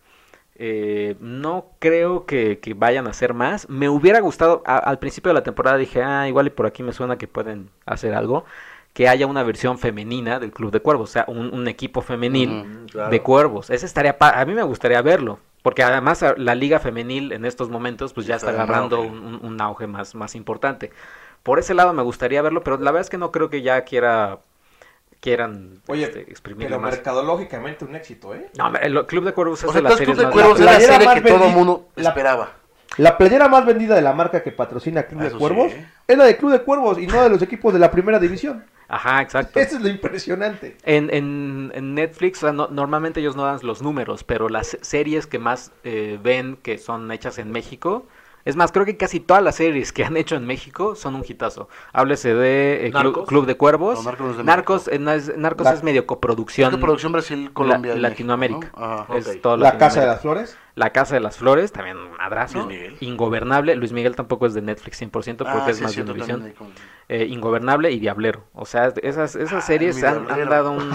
A: Eh, no creo que, que vayan a hacer más. Me hubiera gustado, a- al principio de la temporada dije, ah, igual y por aquí me suena que pueden hacer algo. Que haya una versión femenina del Club de Cuervos, o sea, un, un equipo femenil
B: Ujú.
C: Mm, claro.
A: de cuervos. Ese estaría pa- a mí me gustaría verlo, porque además a- la liga femenil en estos momentos pues ya está
B: Está en
A: agarrando
B: auge.
A: un, un- un auge más, más importante. Por ese lado me gustaría verlo, pero la verdad es que no creo que ya quiera quieran
F: Oye,
A: este, exprimirlo
F: Pero
A: más.
F: mercadológicamente un éxito, ¿eh?
A: No, hombre, el Club de Cuervos es
B: O sea,
A: de las
B: entonces Club
A: series
B: de
A: más
B: Cuervos es
A: grandes.
B: la
F: La
B: serie
F: más
B: que todo el
F: vendida-
B: mundo
F: la-
B: esperaba.
F: La playera más vendida de la marca que patrocina Club
B: Eso
F: de
B: sí,
F: Cuervos
B: ¿eh?
F: es la de Club de Cuervos y no de los equipos de la primera división.
A: Ajá, exacto.
F: Eso es lo impresionante.
A: En, en, en Netflix o sea, no- normalmente ellos no dan los números, pero las se- series que más eh, ven que son hechas en México, es más, creo que casi todas las series que han hecho en México son un hitazo. Háblese de eh, Clu-
C: ¿Narcos?
A: Club de Cuervos.
B: No, Narcos no es de
A: Narcos, eh, no es- Narcos
F: La-
A: es medio
B: Es
A: coproducción.
B: que producción Brasil, Colombia.
A: la-
B: y
A: Latinoamérica.
B: México, ¿no? Ajá.
A: Es
C: Ok.
A: todo
F: La Casa
A: Latinoamérica.
F: de las Flores.
A: La Casa de las Flores, también un madrazo.
B: Luis Miguel.
A: Ingobernable. Luis Miguel tampoco es de Netflix 100% porque
B: Ah,
A: es
B: sí,
A: más de
B: cierto,
A: Univision.
B: también hay como-
A: Eh, Ingobernable y Diablero. O sea, esas, esas
B: Ah,
A: series
B: mi
A: han, han
B: Diablero.
A: dado un...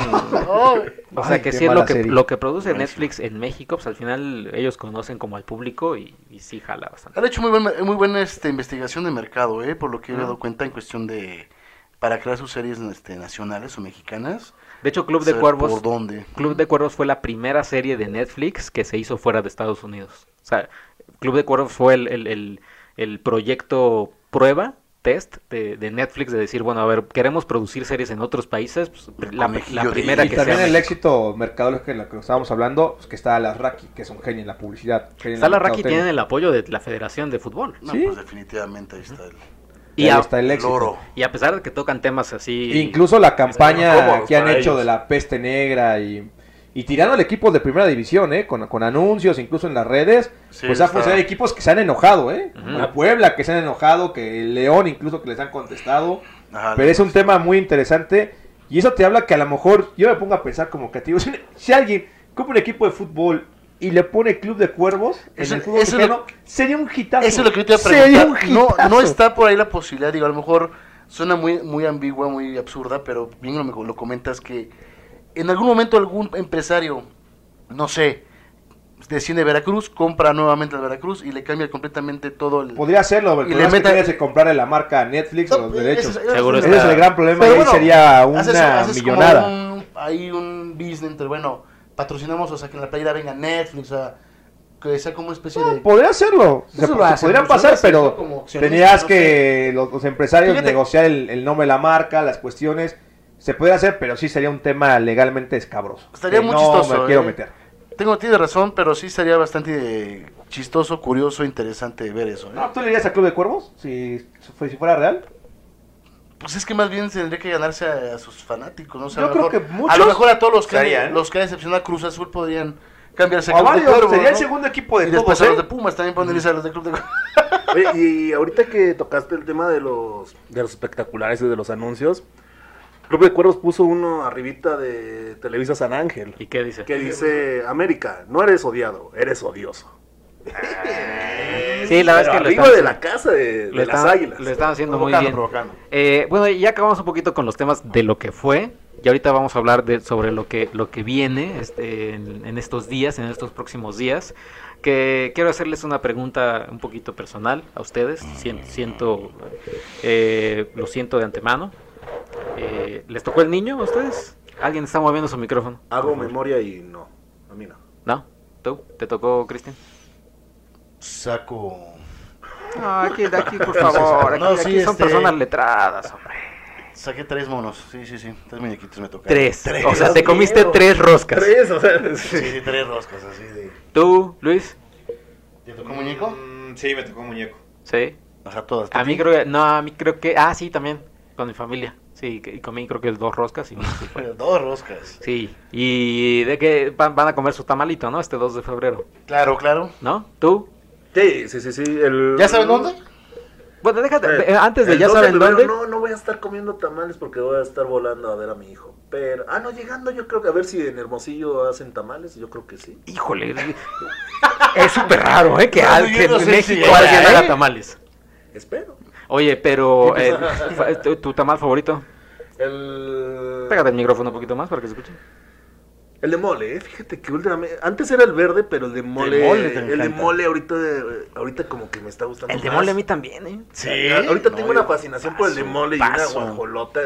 A: o sea,
F: Ay,
A: que
F: qué
A: sí es lo
F: mala
A: que,
F: serie.
A: lo que produce
B: Buenísimo.
A: Netflix en México, pues al final ellos conocen como al público y, y sí jala bastante.
B: Han hecho muy buena, muy buena este, investigación de mercado, ¿eh? por lo que he dado cuenta en cuestión de... Para crear sus series este, nacionales o mexicanas.
A: De hecho, Club de
B: saber
A: Cuervos...
B: ¿Por dónde?
A: Club de Cuervos fue la primera serie de Netflix que se hizo fuera de Estados Unidos. O sea, Club de Cuervos fue el, el- el- el proyecto prueba, test de, de Netflix de decir, bueno, a ver, queremos producir series en otros países, pues, la,
B: Conejillo
A: la
B: de
A: primera
B: Indias.
F: Y
A: que se
F: también
A: haga.
F: el éxito mercadológico en lo que estábamos hablando, pues que está la Raki, que es un genio en la publicidad. genio en la
A: Sala Raki
F: mercadotecnia.
A: tiene el apoyo de la Federación de Fútbol.
B: No,
F: Sí.
B: pues definitivamente ahí está el,
A: Y,
F: Y
A: a,
F: ahí está el
B: el
F: éxito. E
B: oro.
A: y a pesar de que tocan temas así...
F: Incluso la
H: Están
F: campaña
H: cómodos
F: que han
H: para
F: hecho
H: ellos.
F: de la peste negra y, y tirando al equipo de primera división, ¿eh? Con, con anuncios, incluso en las redes,
B: Sí,
F: pues ha
B: está.
F: funcionado equipos que se han enojado, ¿eh?
A: Ujú.
F: Como La Puebla que se han enojado, que el León incluso que les han contestado.
B: Ajá,
F: Pero es un tema muy interesante y eso te habla que a lo mejor yo me pongo a pensar como creativo. Si, si alguien compra un equipo de fútbol y le pone Club de Cuervos en
B: Eso-
F: el fútbol
B: eso
F: mexicano, sería un hitazo.
B: Eso es lo que yo te iba a
F: Sería un
B: preguntar. No,
F: hitazo.
B: no está por ahí la posibilidad, digo, a lo mejor suena muy, muy ambigua, muy absurda, pero bien lo, lo comentas que en algún momento algún empresario, no sé, desciende Veracruz, compra nuevamente al Veracruz y le cambia completamente todo el...
F: Podría hacerlo, pero el
B: Y le
F: problema es que
B: meta-
F: tienes que comprarle la marca a Netflix o los
B: No,
F: derechos.
B: ese es- ese
A: Seguro
B: es-
F: Ese es el gran problema y
B: Pero
F: ahí
B: bueno,
F: sería una
B: haces- haces como
F: millonada.
B: un- hay un business entre, bueno, patrocinamos, o sea, que en la playera venga Netflix, o sea, que sea como una especie de...
F: Podría hacerlo. Se,
B: Eso lo
F: se
B: hacen,
F: podrían
B: pues, lo
F: pasar,
B: hacen, ¿no?
F: pero
B: Como accionista,
F: tenías
B: no
F: que los, los empresarios
B: Fíjate.
F: negociar el, el nombre de la marca, las cuestiones. Se podría hacer, pero sí sería un tema legalmente escabroso.
B: Estaría
F: que
B: muy
F: no
B: chistoso,
F: me quiero
B: ¿eh?
F: meter.
B: Tengo, tiene razón, pero sí sería bastante eh, chistoso, curioso, interesante ver eso. ¿eh?
F: No, Ah, ¿Tú le irías a Club de Cuervos si, si fuera real?
B: Pues es que más bien tendría que ganarse a, a sus fanáticos, ¿no? O sea,
F: Yo
B: a lo
F: creo
B: mejor-
F: que muchos
B: A lo mejor a todos los que,
A: ¿eh?
I: estarían.
B: los que han decepcionado a Cruz Azul podrían cambiarse
F: O a
B: Club de
F: varios,
B: Cuervos,
F: sería el
B: ¿no?
F: segundo equipo
B: Y
F: de
B: después
F: todos,
B: a los
F: ¿eh?
B: de Pumas también podrían irse a los de Club de Cuervos.
C: Oye, y ahorita que tocaste el tema de los
H: De los espectaculares y de los anuncios.
C: Club de Cuervos, puso uno arribita de Televisa San Ángel
A: ¿Y qué dice?
C: que dice, América, no eres odiado, eres odioso.
A: Sí, la verdad es que
C: Pero
A: lo
C: arriba
A: están-
C: de la casa de, de
A: lo
C: las
A: están-
C: águilas.
A: lo están haciendo muy
B: Provocando,
A: bien.
B: provocando.
A: Eh, bueno, y ya acabamos un poquito con los temas de lo que fue. Y ahorita vamos a hablar de, sobre lo que, lo que viene este, en, en estos días, en estos próximos días. Que quiero hacerles una pregunta un poquito personal a ustedes. Sien- siento, eh, lo siento de antemano. Eh, ¿Les tocó el niño a ustedes? ¿Alguien está moviendo su micrófono?
C: Hago
A: Por favor.
C: memoria y no, a mí no.
A: ¿No? ¿Tú? ¿Te tocó, Cristian?
B: Saco.
A: aquí, aquí, por
B: favor,
A: favor.
B: aquí- No, sí,
A: son
B: aquí son este- personas
A: personas letradas, hombre.
B: Saqué tres monos. Sí, sí, sí. Tres muñequitos me tocaron.
A: Tres. Oh. O sea, te comiste
C: miedo.
A: tres roscas.
C: Tres, o sea,
B: Sí, sí, tres roscas así de.
A: ¿Tú, Luis?
B: ¿Te tocó muñeco?
I: Mm, sí, me tocó muñeco.
A: Sí.
B: Ajá, todas.
A: A mí
B: ¿Te-
A: creo que, no, a mí creo que, ah, sí, también, con mi familia. Sí, que- y comí creo que dos roscas y sí, fue.
B: Dos roscas.
A: Sí, y de que van, van a comer su tamalito, ¿no? Este 2 de febrero,
B: Claro, claro.
A: ¿no? ¿Tú?
C: Sí, sí, sí, sí. El...
B: ¿Ya saben dónde?
A: Bueno, déjate,
C: Eh,
A: eh, antes de
C: el
A: ya
C: 2
A: saben
C: febrero,
A: dónde.
C: No, no voy a estar comiendo tamales porque voy a estar volando a ver a mi hijo. Pero, ah, no, llegando yo creo que a ver si en Hermosillo hacen tamales, yo creo que sí.
A: Híjole, es súper raro, ¿eh? Que,
B: No,
A: al-
B: yo
A: que
B: no
A: en
B: sé si
A: México
B: era,
A: alguien
B: ¿eh?
A: haga tamales.
C: Espero.
A: Oye, pero eh, fa- tu, tu tamal favorito.
C: El...
A: Pégate el micrófono un poquito más para que se escuche.
C: El de mole, eh, fíjate que últimamente, antes era el verde, pero el de mole,
B: mole te
C: el de
B: encanta.
C: mole ahorita, eh, ahorita como que me está gustando
A: El de
C: más.
A: mole a mí también, ¿eh?
B: Sí.
C: Ahorita
B: No,
C: tengo una
B: yo-
C: fascinación por el de
B: paso,
C: mole y
B: paso.
C: una guajolota.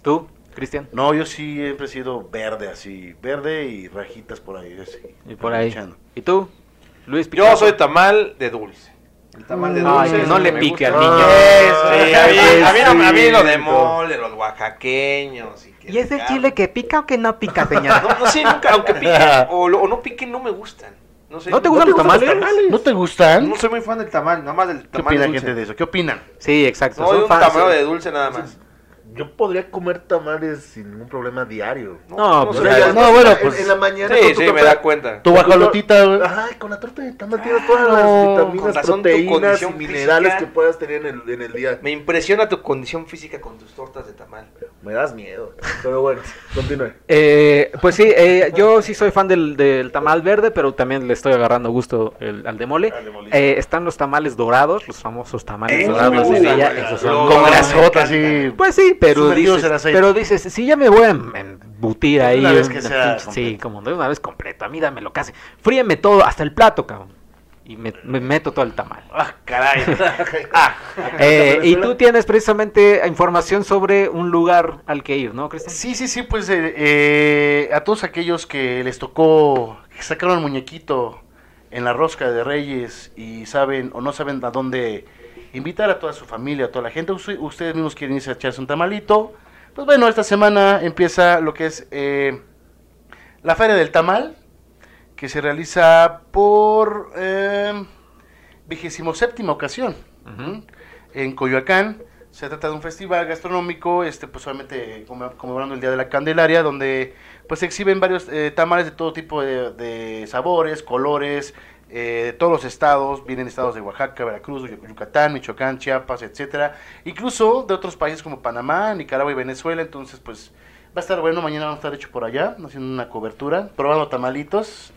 A: ¿Tú, Cristian?
B: No, yo sí siempre he sido verde así, verde y rajitas por ahí. Así,
A: Y por ahí.
B: Echando.
A: ¿Y tú, Luis
F: Yo
A: Picasso?
F: soy tamal de dulce. Mm, El tamal de
A: Ay,
F: dulce.
A: que
F: es
A: no
F: el
A: le
F: me
A: pique
F: gusta.
A: al niño.
F: Ah, sí, a, mí, a, mí no- a mí lo de
B: Pobrecito.
F: mole, los oaxaqueños. ¿Y, que
A: ¿Y es el
F: pican.
A: chile que pica o que no pica, señor?
F: No, no sé, nunca, aunque pique o, lo- o no pique, no me gustan. No, sé,
A: ¿No te gustan los tamales?
B: ¿No te gustan?
F: No soy muy fan del tamal, nada más del
B: ¿Qué
F: tamal
B: opina
F: dulce.
B: gente de eso? ¿Qué opinan?
A: Sí, exacto.
F: Soy
A: son
F: un
A: fans. eh,
F: tamal de dulce nada más.
J: Yo podría comer tamales sin ningún problema diario.
A: No,
F: no
A: pues,
J: O sea,
F: ya-
J: ya
B: no,
J: estás
B: bueno,
J: en la-
B: pues-
J: En la mañana
F: Sí,
J: con tu
F: sí, me
J: café-
F: da cuenta.
B: Tu guajolotita, güey.
J: Ajá, y con la torta de tamal tienes todas las
B: no.
F: Con
J: vitaminas,
F: razón, tu
J: proteínas y
F: condición
J: minerales
F: física.
J: que puedas tener en el, en el día.
F: Me impresiona tu condición física con tus tortas de tamal.
J: Me das miedo. Pero bueno, continúe.
A: Eh, pues sí, eh, yo sí soy fan del, del tamal verde, pero también le estoy agarrando gusto el- al de mole. Eh, están los tamales dorados, los famosos tamales
F: Esos me
A: dorados de
F: gustan,
A: Villa,
F: güey.
A: esos son
F: Los-
A: como
B: Como
F: no,
B: las
F: me
B: otras,
F: encantan.
B: sí.
A: Pues sí, pero
B: Sumergidos
A: dices,
B: en aceite.
A: pero dices, si ya me voy a em- embutir ahí.
B: una vez
A: un-
B: que sea
A: pinche- sí,
B: completo.
A: como de una vez completo. A mí dámelo casi. Fríeme todo, hasta el plato, cabrón. Y me, me meto todo el tamal.
B: Ah, caray. Ah,
A: Eh, y tú tienes precisamente información sobre un lugar al que ir, ¿no, Cristian?
B: Sí, sí, sí, pues eh, eh, a todos aquellos que les tocó, que sacaron el muñequito en la rosca de Reyes y saben o no saben a dónde invitar a toda su familia, a toda la gente, us- ustedes mismos quieren irse a echarse un tamalito, pues bueno, esta semana empieza lo que es eh, la Feria del Tamal, que se realiza por eh, vigésimo séptima ocasión
A: Ujú.
B: en Coyoacán. Se trata de un festival gastronómico, este, pues obviamente como- conmemorando el Día de la Candelaria, donde pues se exhiben varios eh, tamales de todo tipo de, de sabores, colores, eh, de todos los estados, vienen estados de Oaxaca, Veracruz, Yuc- Yucatán, Michoacán, Chiapas, etcétera, incluso de otros países como Panamá, Nicaragua y Venezuela, entonces pues va a estar bueno, mañana vamos a estar hecho por allá, haciendo una cobertura, probando tamalitos,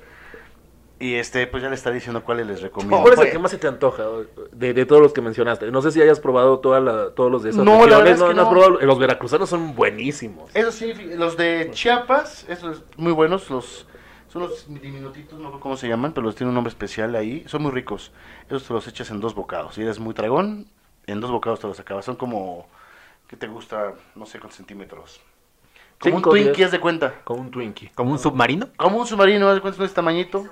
B: y este, pues ya les estaré diciendo cuáles les recomiendo.
C: ¿Cuál es el que más se te antoja o- de, de todos los que mencionaste? No sé si hayas probado toda la- todos los de esas
B: No, la
C: regiones,
B: verdad es que
C: has
B: no.
C: probado- los veracruzanos son buenísimos.
B: Eso sí, fi- los de Chiapas, esos muy buenos, los son los diminutitos, no sé cómo se llaman, pero los tiene un nombre especial ahí, son muy ricos. Esos te los echas en dos bocados. Si eres muy tragón, en dos bocados te los acabas. Son como que te gusta, no sé, con centímetros. Como
C: Cinco,
B: un
C: diez.
B: Twinkie, haz de cuenta.
C: Con un Twinkie.
A: ¿Como un submarino?
B: Como un submarino, haz de cuenta, es de este tamañito.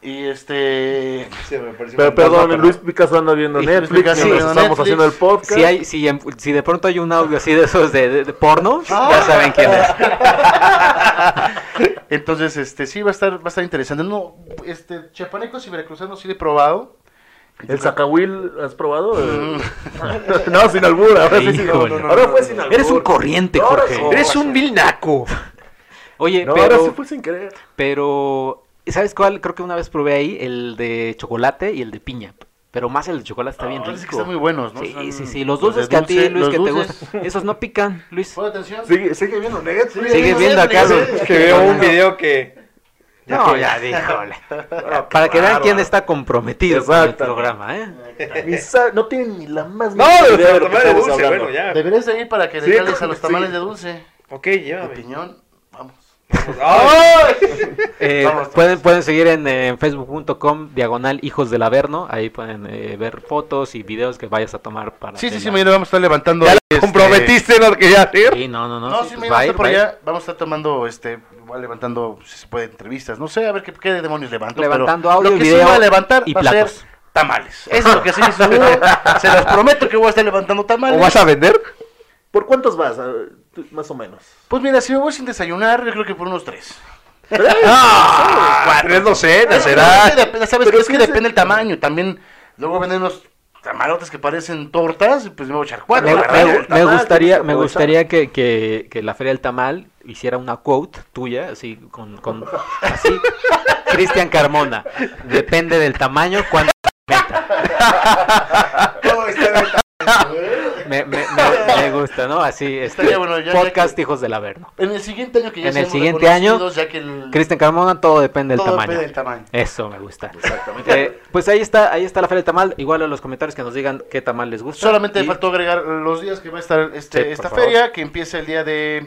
B: Y este
F: Se me parece
C: Pero
F: muy-
C: perdón, Luis Picasso anda viendo
B: Sí,
C: Netflix,
B: Luis Picasso
C: nosotros
B: viendo
C: estamos
B: Netflix.
C: haciendo el podcast.
A: Si, hay, si, en- si de pronto hay un audio así de esos de, de- de porno,
C: Ah,
A: ya saben quién es.
B: Entonces, este sí va a estar va a estar interesante. No, este chiapanecos y veracruzanos sí lo he probado.
C: ¿El Zacahuil has probado?
B: Mm.
C: no, sin albura. Ahora, sí, sin
A: Híjole.
C: albur. Ahora fue sin albur.
A: Eres un corriente, Jorge.
C: Ahora sí.
F: Eres un vil naco.
A: Oye,
C: No, ahora sí
A: pero,
C: fue sin querer.
A: pero, ¿sabes cuál? Creo que una vez probé ahí el de chocolate y el de piña. Pero más el de chocolate está bien
B: Ah,
A: rico.
B: es que están muy buenos, ¿no? Son
A: Sí, sí, sí. Los
B: de
A: dulces que a ti,
B: dulce,
A: Luis,
B: los
A: que
B: dulces.
A: te gustan. Esos no pican, Luis.
B: Pon atención.
J: Sigue, sigue viendo Netflix.
A: Sigues viendo acá.
B: sí,
A: los-
B: sí,
F: Que veo un video que.
A: No, ya, díjole.
B: Ah,
A: Para que vean quién está comprometido con el
J: Exacto.
A: programa, ¿eh?
J: Ni sa- no tienen ni la más
F: No,
J: mínima
F: de
J: idea
F: los
J: de lo
F: tamales
J: que
F: de
J: estamos
F: dulce,
J: hablando.
F: bueno, ya.
B: Deberías de ir para que
J: Sí,
B: regales a
J: claro
B: los
J: que
B: tamales
J: sí.
B: de dulce.
F: Ok,
B: De
F: llévame.
B: piñón. Vamos.
F: ¡Ay!
A: Eh,
B: pues.
A: pueden, pueden seguir en, eh, facebook.com diagonal hijos del Averno. Ahí pueden eh, ver fotos y videos que vayas a tomar para...
B: Sí, sí,
A: de
B: sí,
A: la-
B: mañana vamos a estar levantando.
F: Ya la
B: este,
F: comprometiste en lo que ya tío.
A: Sí, no, no, no.
B: No,
A: sí,
B: sí,
A: pues,
B: mañana
A: va a ir,
B: vamos a estar por
A: va a ir.
B: allá. Vamos a estar tomando, este, igual levantando, si se puede, entrevistas. No sé, a ver qué, qué demonios levanto. pero
A: Levantando audio,
B: Lo que sí
A: video
B: voy a levantar
A: y
B: va a ser
A: platos.
B: tamales. Eso es lo que sí, seguro. Se los prometo que voy a estar levantando tamales.
F: ¿O vas a vender?
J: ¿Por cuántos vas? Ah, tú- Más o menos.
B: Pues mira, si me voy sin desayunar, yo creo que por unos tres.
F: ¡Ah! Tres docenas,
B: Pero es
F: será.
B: que dep- ¿Sabes qué? Es que depende el tamaño. También luego venden unos tamalotes que parecen tortas, pues me voy a echar cuatro.
A: Me,
B: la verdad.
A: me- me
J: tamal, tienes
A: gustaría,
J: que
A: me gustaría que, que- que la Feria del Tamal hiciera una quote tuya, así, con, con- así, Cristian Carmona, depende del tamaño, cuánto
F: este,
A: me, me, me- me gusta, ¿no? Así, este,
B: Estaría bueno, ya- ya
A: podcast
B: que-
A: Hijos del Averno.
B: En el siguiente año que ya
A: En el
B: seamos
A: siguiente año,
B: reconocidos, ya que el,
A: Cristian Carmona, todo depende del
B: todo
A: tamaño.
B: depende del tamaño.
A: Eso me gusta. Eh, pues ahí está, ahí está la Feria del Tamal. Igual en los comentarios que nos digan qué tamal les gusta.
B: Solamente
A: Y-
B: faltó agregar los días que va a estar este,
A: Sí,
B: esta
A: por favor.
B: feria, que empieza el día de...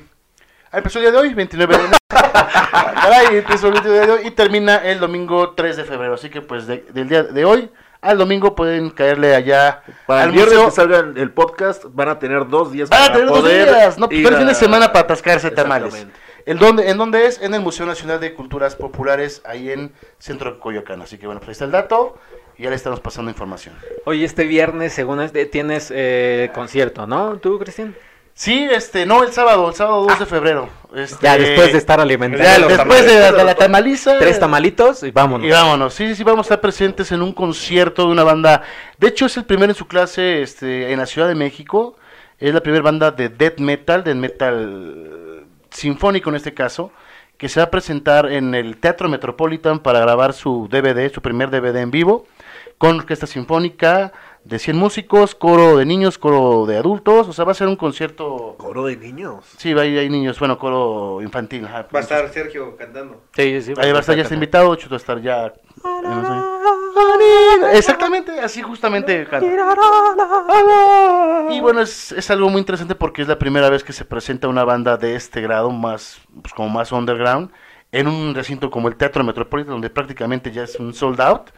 B: Ah, empezó el día de hoy, 29 de enero. Caray, empezó el día de hoy y termina el domingo 3 de febrero. Así que pues de- del día de hoy al domingo pueden caerle allá
J: Para
B: al
J: el viernes
B: museo.
J: que salga el- el podcast, van a tener dos días
B: Van a Ah, tener dos
J: poder
B: días, no,
J: ir
B: pero el fin
J: a-
B: de semana para atascarse tamales.
J: Exactamente.
B: ¿El dónde, ¿En dónde es? En el Museo Nacional de Culturas Populares, ahí en Centro de Coyoacán. Así que bueno, pues ahí está el dato y ya le estamos pasando información.
A: Oye, este viernes, según este, tienes eh, concierto, ¿no? ¿Tú, Cristian?
B: Sí, este, no, el sábado, el sábado 2 de febrero. Este,
A: Ya, después de estar alimentando.
B: ya, después de la, de la tamaliza.
A: Tres tamalitos y vámonos.
B: Y vámonos, sí, sí, sí, vamos a estar presentes en un concierto de una banda. De hecho, es el primero en su clase este, en la Ciudad de México. Es la primera banda de death metal, death metal eh, sinfónico en este caso, que se va a presentar en el Teatro Metropolitan para grabar su DVD, su primer DVD en vivo, con orquesta sinfónica de 100 músicos, coro de niños, coro de adultos. O sea, va a ser un concierto.
J: Coro de niños.
B: Sí, va a ir- hay niños, bueno, coro infantil. ajá.
F: Va a estar Sergio cantando.
A: Sí, sí,
B: Ahí va a estar ya está invitado, Chuto va a estar ya. Exactamente, así justamente canta. Y bueno, es, es algo muy interesante porque es la primera vez que se presenta una banda de este grado, más pues, como más underground, en un recinto como el Teatro Metropolitano, donde prácticamente ya es un sold out.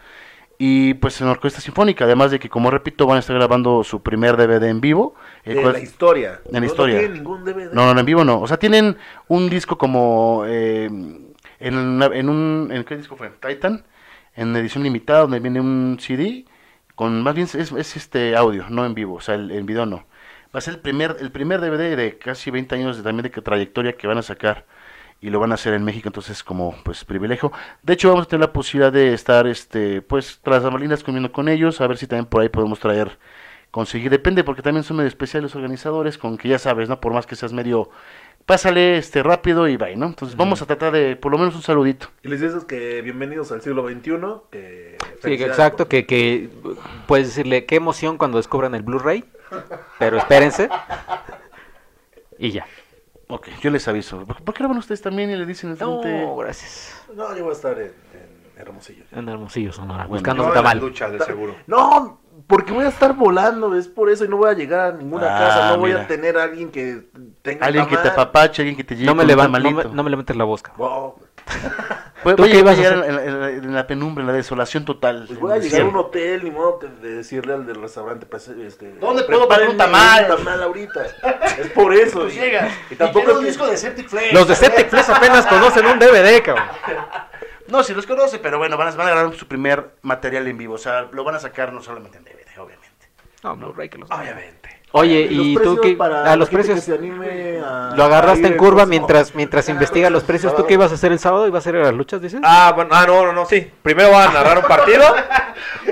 B: Y pues en orquesta sinfónica, además de que, como repito, van a estar grabando su primer DVD en vivo. el
J: De
B: cual-
J: la historia.
B: la historia.
J: No, no tienen ningún DVD.
B: no, no, en vivo no. O sea, tienen un disco como. eh, en, una- en un. ¿En qué disco fue? Titan. En edición limitada, donde viene un CD. Con, más bien es, es este audio, no en vivo. O sea, el, el video no. Va a ser el primer, el primer DVD de casi 20 años de, también de que- trayectoria que van a sacar. Y lo van a hacer en México, entonces como pues privilegio. De hecho, vamos a tener la posibilidad de estar este pues tras las bambalinas comiendo con ellos. A ver si también por ahí podemos traer conseguir, depende, porque también son medio especiales los organizadores, con que ya sabes, ¿no? Por más que seas medio, pásale este rápido y bye, ¿no? Entonces vamos a tratar de, por lo menos un saludito.
J: Y les dices que bienvenidos al siglo XXI. Que
A: Sí, exacto, que, que puedes decirle qué emoción cuando descubran el Blu-ray, pero espérense. Y ya.
B: Ok, yo les aviso. ¿Por por qué no van ustedes también y le dicen al
A: No,
B: frente?
A: gracias.
J: No, yo voy a estar en, en Hermosillo.
A: En Hermosillo, Sonora,
B: Bueno,
A: buscando un
F: No, en la
A: tamal.
F: ducha, de seguro.
J: No, porque voy a estar volando, es por eso, y no voy a llegar a ninguna
B: Ah,
J: casa, no voy
B: mira.
J: a tener a alguien que tenga
B: Alguien que te
J: tamal.
B: apapache, alguien que te lleve
A: No me,
B: con un
A: levan- no, me,
B: tamalito.
A: no me levantes la bosca.
J: No,
B: Voy-
A: ¿Tú
B: voy a
A: qué ibas a
B: llegar en, la- en la- en la penumbra, en la desolación total.
J: pues voy a
B: en el
J: llegar a un
B: cielo.
J: hotel, ni modo que- de decirle al del restaurante, pues, este,
B: ¿Dónde puedo
J: prepárenme
B: comprar un tamal?
J: ahorita. Es por eso.
B: Pues
J: y-
B: llegas.
J: Y tampoco es que-
B: de Septic Flame.
A: Los de Septic Flex apenas conocen un DVD, cabrón.
B: No, si los conoce, pero bueno, van a, van a grabar su primer material en vivo. O sea, lo van a sacar no solamente en DVD, obviamente.
A: No, Blu-ray que los...
B: Obviamente.
A: Oye,
J: los
A: ¿y tú
J: precios
A: qué?
J: para
A: A
J: la
A: los
J: gente que
A: precios...
J: se anime a-
A: Lo
J: a
A: agarraste
J: ir
A: en curva
J: próximo-
A: mientras mientras investiga los precios. ¿Tú qué ibas a hacer el sábado? ¿Ibas a ir a las luchas, dices?
F: Ah, bueno, ah, no, no, no, sí. Primero van a narrar un partido.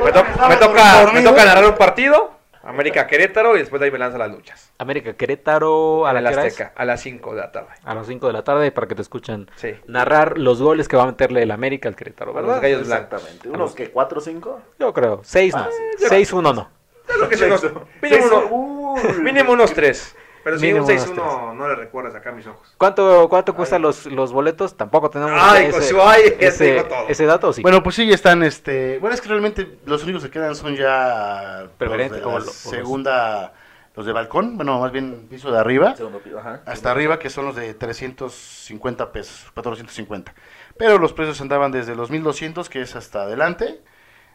F: me, to- me toca, me toca narrar un partido. América Querétaro y después de ahí me lanzan las luchas.
A: América Querétaro a
F: En
A: la
F: el
A: que
F: Azteca, a las 5 de la tarde.
A: A las 5 de la tarde para que te escuchen
F: Sí.
A: narrar los goles que va a meterle el América al Querétaro,
F: A
A: ¿verdad?
F: los gallos blancos.
J: Exactamente. Unos que cuatro o cinco.
A: Yo creo, 6
F: Ah,
A: no. 6 1 no.
F: Yo creo que sí, unos- mínimo, uno- mínimo unos 3. Pero si
A: Mínimo
F: un
A: unos
F: 6-1 no le recuerdas acá a mis ojos.
A: ¿Cuánto cuánto cuestan los, los boletos? Tampoco tenemos
F: Ay,
A: ese,
F: con su- ay, ya
A: ese,
F: tengo todo.
A: ese dato, ¿o sí.
B: Bueno, pues sí, ya están, este... Bueno, es que realmente los únicos que quedan son ya...
A: Preferente,
B: los de
A: o
B: la
A: lo- o los-
B: segunda... Los de balcón, bueno, más bien piso de arriba.
J: Segundo piso, ajá.
B: Hasta arriba, que son los de 350 pesos, 450. Pero los precios andaban desde los 1200, que es hasta adelante,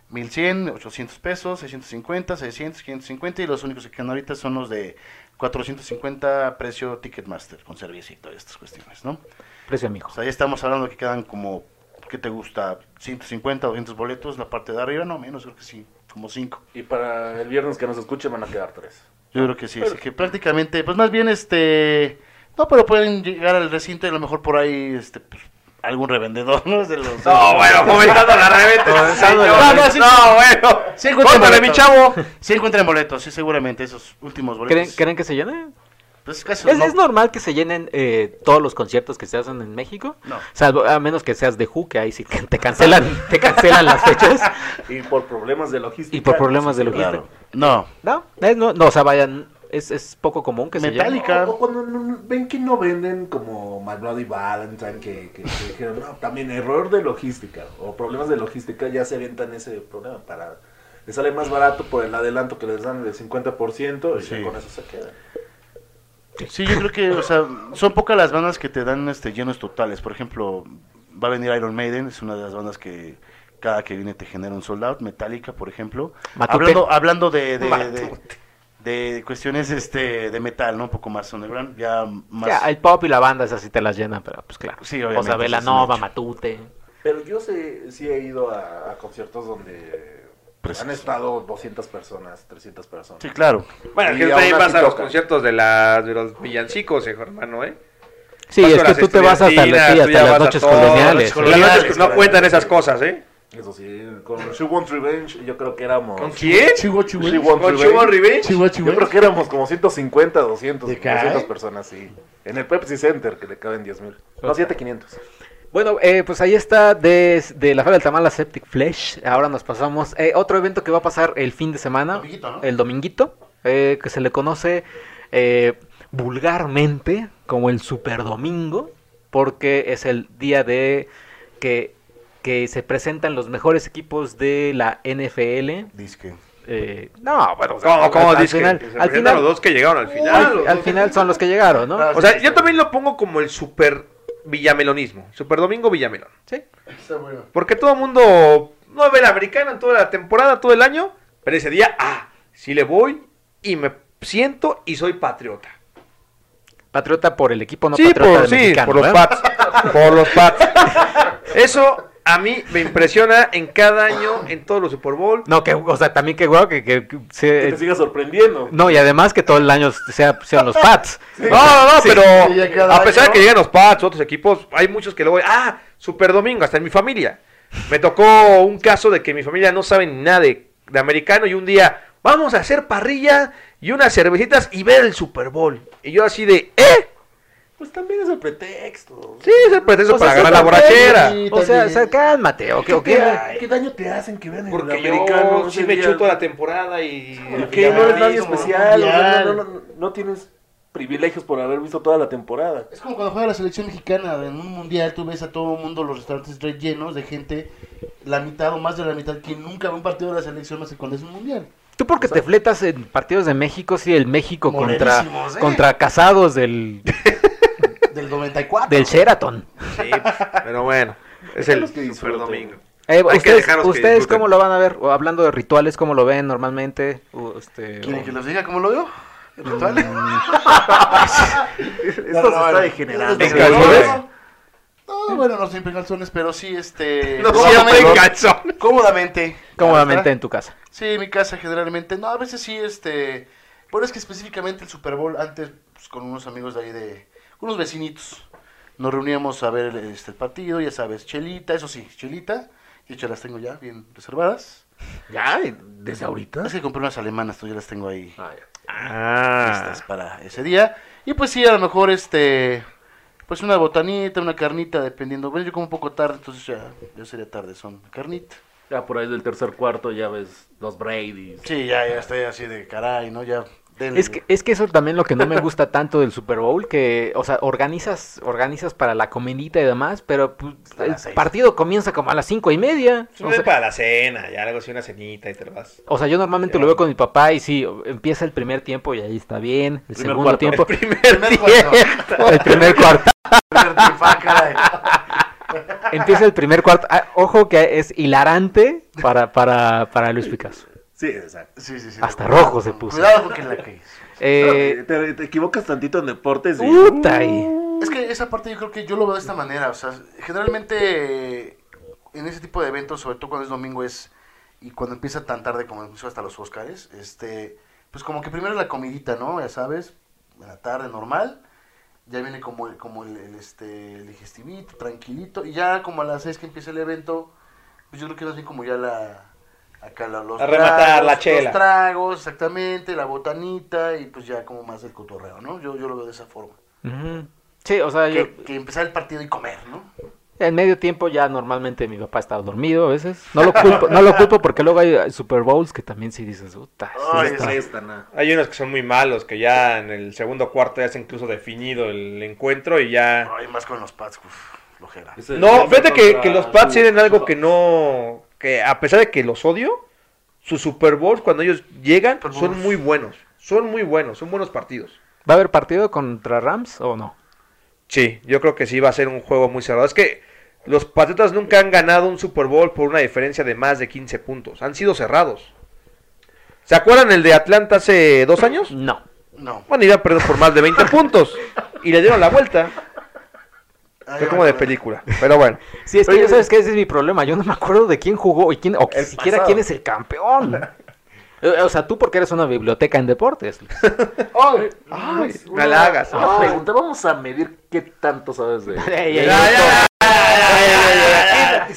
B: 1100, 800 pesos, 650, 600, 550. Y los únicos que quedan ahorita son los de 450 precio Ticketmaster, con servicio y todas estas cuestiones, ¿no?
A: Precio amigo.
B: O sea, ya Pues estamos hablando que quedan como, ¿qué te gusta? 150, 200 boletos, la parte de arriba, no menos, creo que sí, como 5.
J: Y para el viernes que nos escuchen van a quedar tres.
B: Yo creo que sí, así que prácticamente, pues más bien este, no, pero pueden llegar al recinto y a lo mejor por ahí, este, pues, algún revendedor, ¿no? Se los-
F: No, bueno, fomentando la reventa.
B: Comenzando la
F: No, no,
B: reventa.
F: sí. No, bueno.
B: Sí encuentran
F: Córtale,
B: boletos.
F: mi chavo.
B: Sí encuentran boletos, sí, seguramente, esos últimos boletos.
A: ¿Creen, creen que se llene?
B: Pues casi
A: ¿Es,
B: no.
A: es normal que se llenen eh, todos los conciertos que se hacen en México?
B: No.
A: Salvo, a menos que seas de Who, que ahí sí que te cancelan, te cancelan las fechas.
C: Y por problemas de logística.
A: Y por problemas de
C: no se
A: logística.
C: lograron.
B: No.
A: ¿No? Es no, no, o sea, vayan, es, es poco común que se llene.
B: Metallica.
C: O, o cuando no- ven que no venden como My Bloody Valentine, que, que, que dijeron, no, también error de logística o problemas de logística, ya se avientan ese problema para... Les sale más barato por el adelanto que les dan del 50% y ya
B: Sí.
C: con eso se queda.
B: Sí, yo creo que, o sea, son pocas las bandas que te dan este llenos totales. Por ejemplo, va a venir Iron Maiden, es una de las bandas que cada que viene te genera un sold out. Metallica, por ejemplo.
A: Matute.
B: Hablando, hablando de, de, de, de cuestiones este de metal, ¿no? Un poco más underground, ya más...
A: Ya, el pop y la banda esas sí te las llenan, pero pues claro.
B: Sí,
A: o sea,
B: obviamente,
A: Velanova,
B: eso es un
A: Matute.
C: Pero yo sé, sí he ido a, a conciertos donde
B: Pues-
C: han estado 200 personas, 300 personas.
B: Sí, claro.
F: Bueno,
C: Y
F: que tú
C: aún
F: también
C: así
F: vas a los
C: tocan.
F: conciertos de, las, de los villancicos, hijo, hermano, ¿eh?
A: Sí,
F: Vas
A: es
F: con
A: que
F: las
A: tú te vas hasta, la- sí,
F: estudiantinas, tú
A: hasta
F: ya
A: las
F: vas a
A: noches
F: todo, las
A: coloniales.
F: noches
A: ¿eh?
F: coloniales, No cuentan esas cosas, ¿eh?
C: Eso sí, con She Want Revenge yo creo que éramos...
F: ¿Con quién?
B: Chihuahua,
C: She Want
F: ¿Con Chubon
C: Revenge.
F: Revenge?
C: Yo creo que éramos como 150, 200,
B: ¿Te cae?
C: 200 personas, sí. En el Pepsi Center, que le caben 10 mil. No, 7500.
A: Bueno, eh, pues ahí está de, de la Feria del Tamal a Septic Flesh. Ahora nos pasamos. eh, otro evento que va a pasar el fin de semana,
B: Dominguito, ¿no?
A: el dominguito, eh, que se le conoce eh, vulgarmente como el Super Domingo, porque es el día de que, que se presentan los mejores equipos de la NFL.
B: Disque.
A: eh, no, bueno, o sea,
F: ¿Cómo, cómo
A: al, al
F: dices? que
A: final,
F: se
A: al
F: presentan
A: final,
F: los dos que llegaron al final.
A: al- al final son los que llegaron, ¿no?
F: O sea, yo también lo pongo como el super villamelonismo. Super Domingo Villamelón.
A: Sí.
F: Porque todo el mundo no ve la americana en toda la temporada, todo el año. Pero ese día, ah, sí le voy y me siento y soy patriota.
A: Patriota por el equipo, no
F: sí,
A: patriota
F: por,
A: del
F: sí,
A: mexicano, ¿eh?
F: por los
A: ¿verdad?
F: Pats. por los Pats. Eso a mí me impresiona en cada año, en todos los Super Bowl.
A: No, que, o sea, también que guau, que, que- que se-
C: Que te siga sorprendiendo.
A: Eh, No, y además que todo el año sea, sean los Pats.
F: No, no, no,
B: Sí, ya
F: pero
B: cada
F: a pesar de
B: año.
F: que llegan los Pats, otros equipos, hay muchos que luego, ah, Super Domingo, hasta en mi familia. Me tocó un caso de que mi familia no sabe ni nada de, de americano y un día, vamos a hacer parrilla y unas cervecitas y ver el Super Bowl. Y yo así de, ¿eh?
C: Pues también es el pretexto.
F: Sí, es el pretexto
A: O sea,
F: pues, para
A: sí,
F: ganar la
A: también,
F: borrachera.
A: O sea, o sea, cálmate, o qué, o
C: ¿Qué,
A: qué.
C: ¿Qué daño te hacen que vean el
F: Porque
C: americano?
F: yo sí
C: ese
F: me
C: día?
F: chuto la temporada y...
C: Que no eres nadie
B: como
C: especial. o sea,
B: mundial.
C: no, no, no, no tienes privilegios por haber visto toda la temporada.
B: Es como cuando juega la selección mexicana en un mundial, tú ves a todo el mundo los restaurantes llenos de gente, la mitad o más de la mitad, que nunca ve un partido de la selección más que cuando es un mundial.
A: Tú porque te fletas en partidos de México, sí, el México contra,
B: Morenísimos, ¿eh?
A: contra casados del,
B: Del 94.
A: del Sheraton.
F: Sí, pero bueno, es el
C: Los que
F: Super
C: disfruten.
F: Domingo.
A: Eh,
F: que
A: ¿Ustedes,
F: dejarlos que
A: ustedes
F: disfruten.
A: cómo lo van a ver? O hablando de rituales, ¿cómo lo ven normalmente? O, este,
B: ¿Quieren
A: o-
B: que los diga cómo lo veo? ¿El ritual?
J: Esto se está degenerando.
F: En calzones.
B: No, bueno, no siempre en calzones, pero sí, este...
F: No
B: cómodamente-
F: siempre en calzón.
B: Cómodamente.
A: cómodamente en tu casa.
B: Sí, en mi casa generalmente. No, a veces sí, este... Bueno, es que específicamente el Super Bowl antes, pues, con unos amigos de ahí de... Unos vecinitos. Nos reuníamos a ver el, este, el partido, ya sabes, chelita, eso sí, chelita. De hecho, las tengo ya bien reservadas.
C: ¿Ya? ¿Desde ahorita?
B: Es que compré unas alemanas, tú ya las tengo ahí
C: Ah, ya.
F: Ah,
B: listas para ese día. Y pues sí, a lo mejor este... Pues una botanita, una carnita, dependiendo. Bueno, yo como un poco tarde, entonces ya, ya sería tarde, son carnita.
C: Ya por ahí del tercer cuarto ya ves los Brady's.
B: Sí, ya, ya estoy así de caray, ¿no? Ya. denle.
A: Es que, es que eso también lo que no me gusta tanto del Super Bowl, que, o sea, organizas, organizas para la comidita y demás, pero pues,
B: A
A: el
B: las seis.
A: partido comienza como a las cinco y media. O sea,
F: para la cena, ya algo así, una cenita y te lo vas.
A: o sea, yo normalmente lo veo con mi papá y sí, empieza el primer tiempo y ahí está bien, el segundo
B: cuarto.
A: tiempo, el
F: Primer
B: cuarto.
A: primer, cuarto,
C: ah,
A: empieza el primer cuarto, Ah, ojo que es hilarante para, para, para Luis Picasso.
C: Sí, exacto.
B: Sí, sí, sí.
A: Hasta rojo se puso.
B: Cuidado con que la cagues.
A: Eh,
C: te, te equivocas tantito en deportes y...
A: puta, y-
B: Es que esa parte yo creo que yo lo veo de esta manera. O sea, generalmente eh, en ese tipo de eventos, sobre todo cuando es domingo, es. Y cuando empieza tan tarde como empezó hasta los Óscares, este. Pues como que primero es la comidita, ¿no? Ya sabes, en la tarde normal. ya viene como, el- como el, el, este, el digestivito, tranquilito, y ya como a las 6 que empieza el evento, pues yo creo que más bien como ya la... Acá la- los
F: A rematar la
B: los
F: chela.
B: tragos, exactamente, la botanita y pues ya como más el cotorreo, ¿no? Yo, yo lo veo de esa forma.
A: Sí, o sea, yo,
B: Que, que empezar el partido y comer, ¿no?
A: en medio tiempo ya normalmente mi papá estaba dormido a veces. No lo culpo, no lo culpo porque luego hay eh, Super Bowls que también sí dices, puta. sí
B: Ay,
A: está".
B: sí.
F: Hay unos que son muy malos, que ya en el segundo cuarto ya se incluso definido el encuentro y ya...
B: Ay, más con los Pats, uf, flojera.
F: No, fíjate que, que los Pats tienen algo que no... Que a pesar de que los odio, sus Super Bowls cuando ellos llegan
B: Super
F: son
B: Bowls.
F: muy buenos. Son muy buenos, son buenos partidos.
A: ¿Va a haber partido contra Rams o no?
F: Sí, yo creo que sí va a ser un juego muy cerrado. Es que los Patriotas nunca han ganado un Super Bowl por una diferencia de más de 15 puntos. Han sido cerrados. ¿Se acuerdan el de Atlanta hace dos años?
A: No.
B: No.
F: Bueno, iban perdiendo por más de 20 puntos. Y le dieron la vuelta.
B: Ay,
F: Fue como de película. Pero bueno.
A: Sí, es que ya sabes que ese es mi problema. Yo no me acuerdo de quién jugó y quién, o siquiera
C: pasado.
A: quién es el campeón. Eh, O sea, tú porque eres una biblioteca en deportes. Luis.
F: Ay, me halagas.
J: Una pregunta, vamos a medir qué tanto sabes de...
A: Ey, ey,
F: Ya,
A: ey,
F: ya,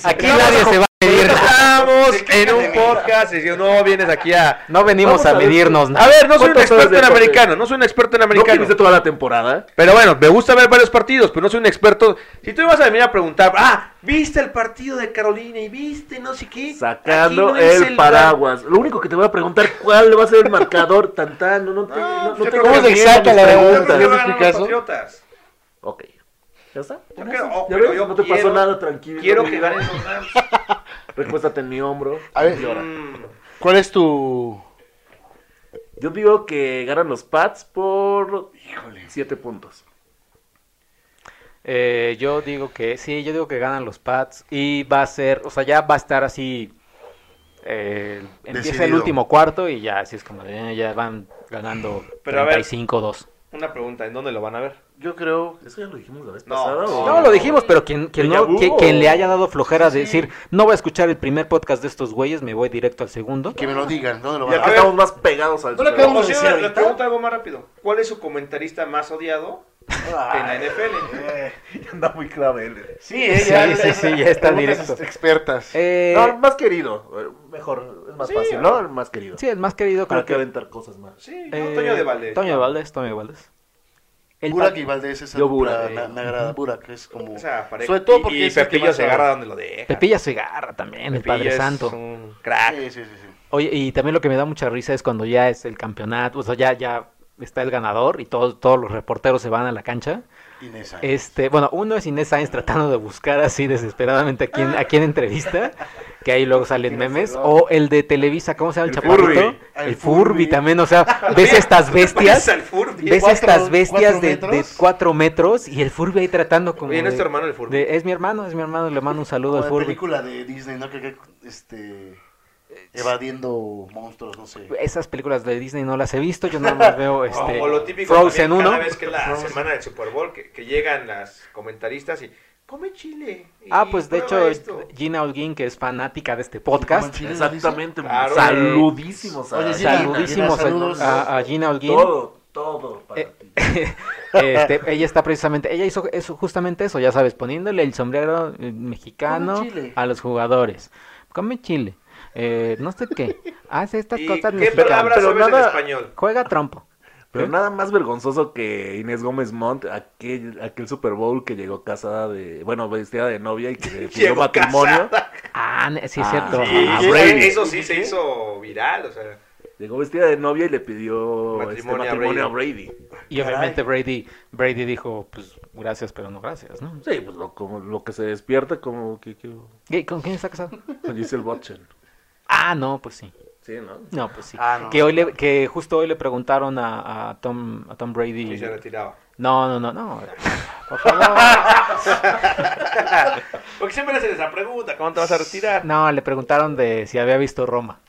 A: Aquí nadie se va a medir.
F: Estamos en un podcast y si no vienes aquí a...
A: No venimos
J: Vamos
A: a,
J: a ver
A: medirnos
F: A
A: nada.
F: ver, no soy un
J: ¿Cuántas horas
F: experto
J: de
F: en
J: deporte?
F: americano. No soy un experto en
J: ¿No que
F: americano.
J: viste toda la temporada?
F: Pero bueno, me gusta ver varios partidos, pero no soy un experto. Si tú ibas a venir a preguntar, ah, ¿viste el partido de Carolina y viste no sé qué?
J: Sacando
F: Aquí no es
J: el, paraguas. Lo único que te voy a preguntar, ¿cuál va a ser el marcador? Tan, tan, no, no te, no, no
F: Ah, yo
J: te
F: creo que
J: hagas
F: es
J: miedo a
F: exacta
J: mis
F: la
J: preguntas.
F: Yo creo que van a ganar los Patriotas.
J: Ok. ¿Ya está?
F: Yo creo- oh,
J: ¿Ya
F: pero
J: ves?
F: yo
J: no te
F: quiero-
J: pasó nada, tranquilo.
F: Quiero que ganen los Rams.
J: Recuéstate en mi hombro.
B: A ver,
F: Mm,
B: ¿cuál es tu...?
J: Yo digo que ganan los Pats por 7 puntos.
A: Eh, yo digo que sí, yo digo que ganan los Pats y va a ser, o sea, ya va a estar así. eh, empieza el
B: Decidido.
A: último cuarto y ya así es como eh, ya van ganando
F: Pero a ver.
A: 35-2.
F: Una pregunta, ¿en dónde lo van a ver?
J: Yo creo. ¿Eso ya lo dijimos la vez
F: No.
J: pasada? o-
A: No, lo dijimos, pero quien, quien,
J: Déjà
A: no-
J: vu,
A: quien-
J: o-
A: quien le haya dado flojera de decir, no voy a escuchar el primer podcast de estos güeyes, me voy directo al segundo.
B: Que me lo digan, ¿dónde lo
J: Ya
B: van
J: que
B: a
F: ver.
J: estamos más pegados al.
B: No le acabamos de
F: O si
B: decir
F: no, le
B: ahorita.
F: pregunto algo más rápido. ¿Cuál es su comentarista más odiado en la NFL?
J: Anda muy clave.
B: Sí,
A: Sí,
B: ya-
A: sí, sí, ya está
B: preguntas
A: directo.
B: expertas.
A: Eh,
J: No, el más querido. eh, Mejor, es más fácil, ¿no? El más querido.
A: sí, el más querido creo
J: Para
A: que...
J: que aventar cosas más.
F: Sí, yo,
A: eh,
F: Toño de Valdés.
A: Toño de Valdés, Toño de Valdés. El
B: Burak
A: pa-
B: y Valdés es
A: Yo Burak,
B: me,
A: eh.
B: me agrada Burak, es como...
F: O sea, pareja.
B: Sobre todo
F: Y-
B: porque
F: y
B: es el que
F: Pepillo
B: más
F: se
B: habla.
F: agarra donde lo deja.
A: Pepilla Cigarra también, el
F: Pepillo
A: Padre
F: es
A: Santo.
F: un crack.
B: Sí, sí, sí, sí.
A: Oye, y también lo que me da mucha risa es cuando ya es el campeonato, o sea, ya, ya está el ganador y todos, todos los reporteros se van a la cancha.
B: Inés Sáenz.
A: Este, bueno, uno es Inés Sáenz tratando de buscar así desesperadamente a quién, a quién entrevista, que ahí luego salen memes, o el de Televisa, ¿cómo se llama el, chaparrito?
B: Furby.
A: El,
B: El
A: Furby,
B: Furby.
A: también, o sea, ves estas bestias,
F: Pasa el Furby.
A: ves
B: cuatro-
A: estas bestias
B: cuatro
A: de, de
B: metros?
A: cuatro metros y el Furby ahí tratando como
F: Oye, ¿no es
A: de-
F: tu hermano el Furby?
A: de- es mi hermano, es mi hermano, le mando un saludo
B: Como
A: al
B: la
A: Furby.
B: película de Disney, ¿no? Que, que, este, evadiendo monstruos, no sé.
A: Esas películas de Disney no las he visto, yo no las veo este,
F: o lo típico
A: Frozen
F: también,
A: 1.
F: cada vez que es la semana del Super Bowl que, que llegan las comentaristas y come chile. y
A: Ah, pues de
F: prueba
A: hecho,
F: esto".
A: Gina Holguín, que es fanática de este podcast,
B: Sí,
J: Exactamente.
F: Claro.
J: Saludísimos a
B: Oye, sí, Gina,
A: Saludísimos
B: Gina, saludos.
A: a, a- a Gina Holguín.
J: Todo, todo para
A: Eh,
J: ti.
A: Este, ella está precisamente, ella hizo eso, justamente eso, ya sabes, poniéndole el sombrero eh, mexicano
B: Come chile.
A: a los jugadores. Come chile, eh, no sé qué, hace estas
F: ¿Y
A: cosas
F: ¿Qué palabras
A: mexicanas,
J: pero
F: sabes en
J: nada-
F: español?
A: juega trompo.
J: Pero nada más vergonzoso que Inés Gómez Montt, aquel, aquel Super Bowl que llegó casada de, bueno, vestida de novia y que le pidió
F: Llegó
J: matrimonio.
A: Ah, ne- sí, es
J: Ah,
A: cierto.
F: Sí,
A: Ah,
F: sí,
J: Brady.
F: Eso sí se hizo viral, o sea,
J: Llegó vestida de novia y le pidió este,
F: Matrimonio
J: matrimonio,
F: a
J: a Brady.
A: Y obviamente Brady, Brady dijo, pues gracias, pero no gracias, ¿no?
J: Sí, pues lo, como, lo que se despierta como que, que
A: ¿Y ¿Con quién está casado?
J: con Giselle Butchen.
A: Ah, no, pues sí.
J: Sí, ¿no?
A: No, pues sí.
B: Ah, no.
A: Que hoy le, que justo hoy le preguntaron a, a Tom, a Tom Brady.
F: y se retiraba.
A: No, no, no, no. Por favor.
F: Porque siempre hacen esa pregunta, ¿cómo te vas a retirar?
A: No, le preguntaron de si había visto Roma.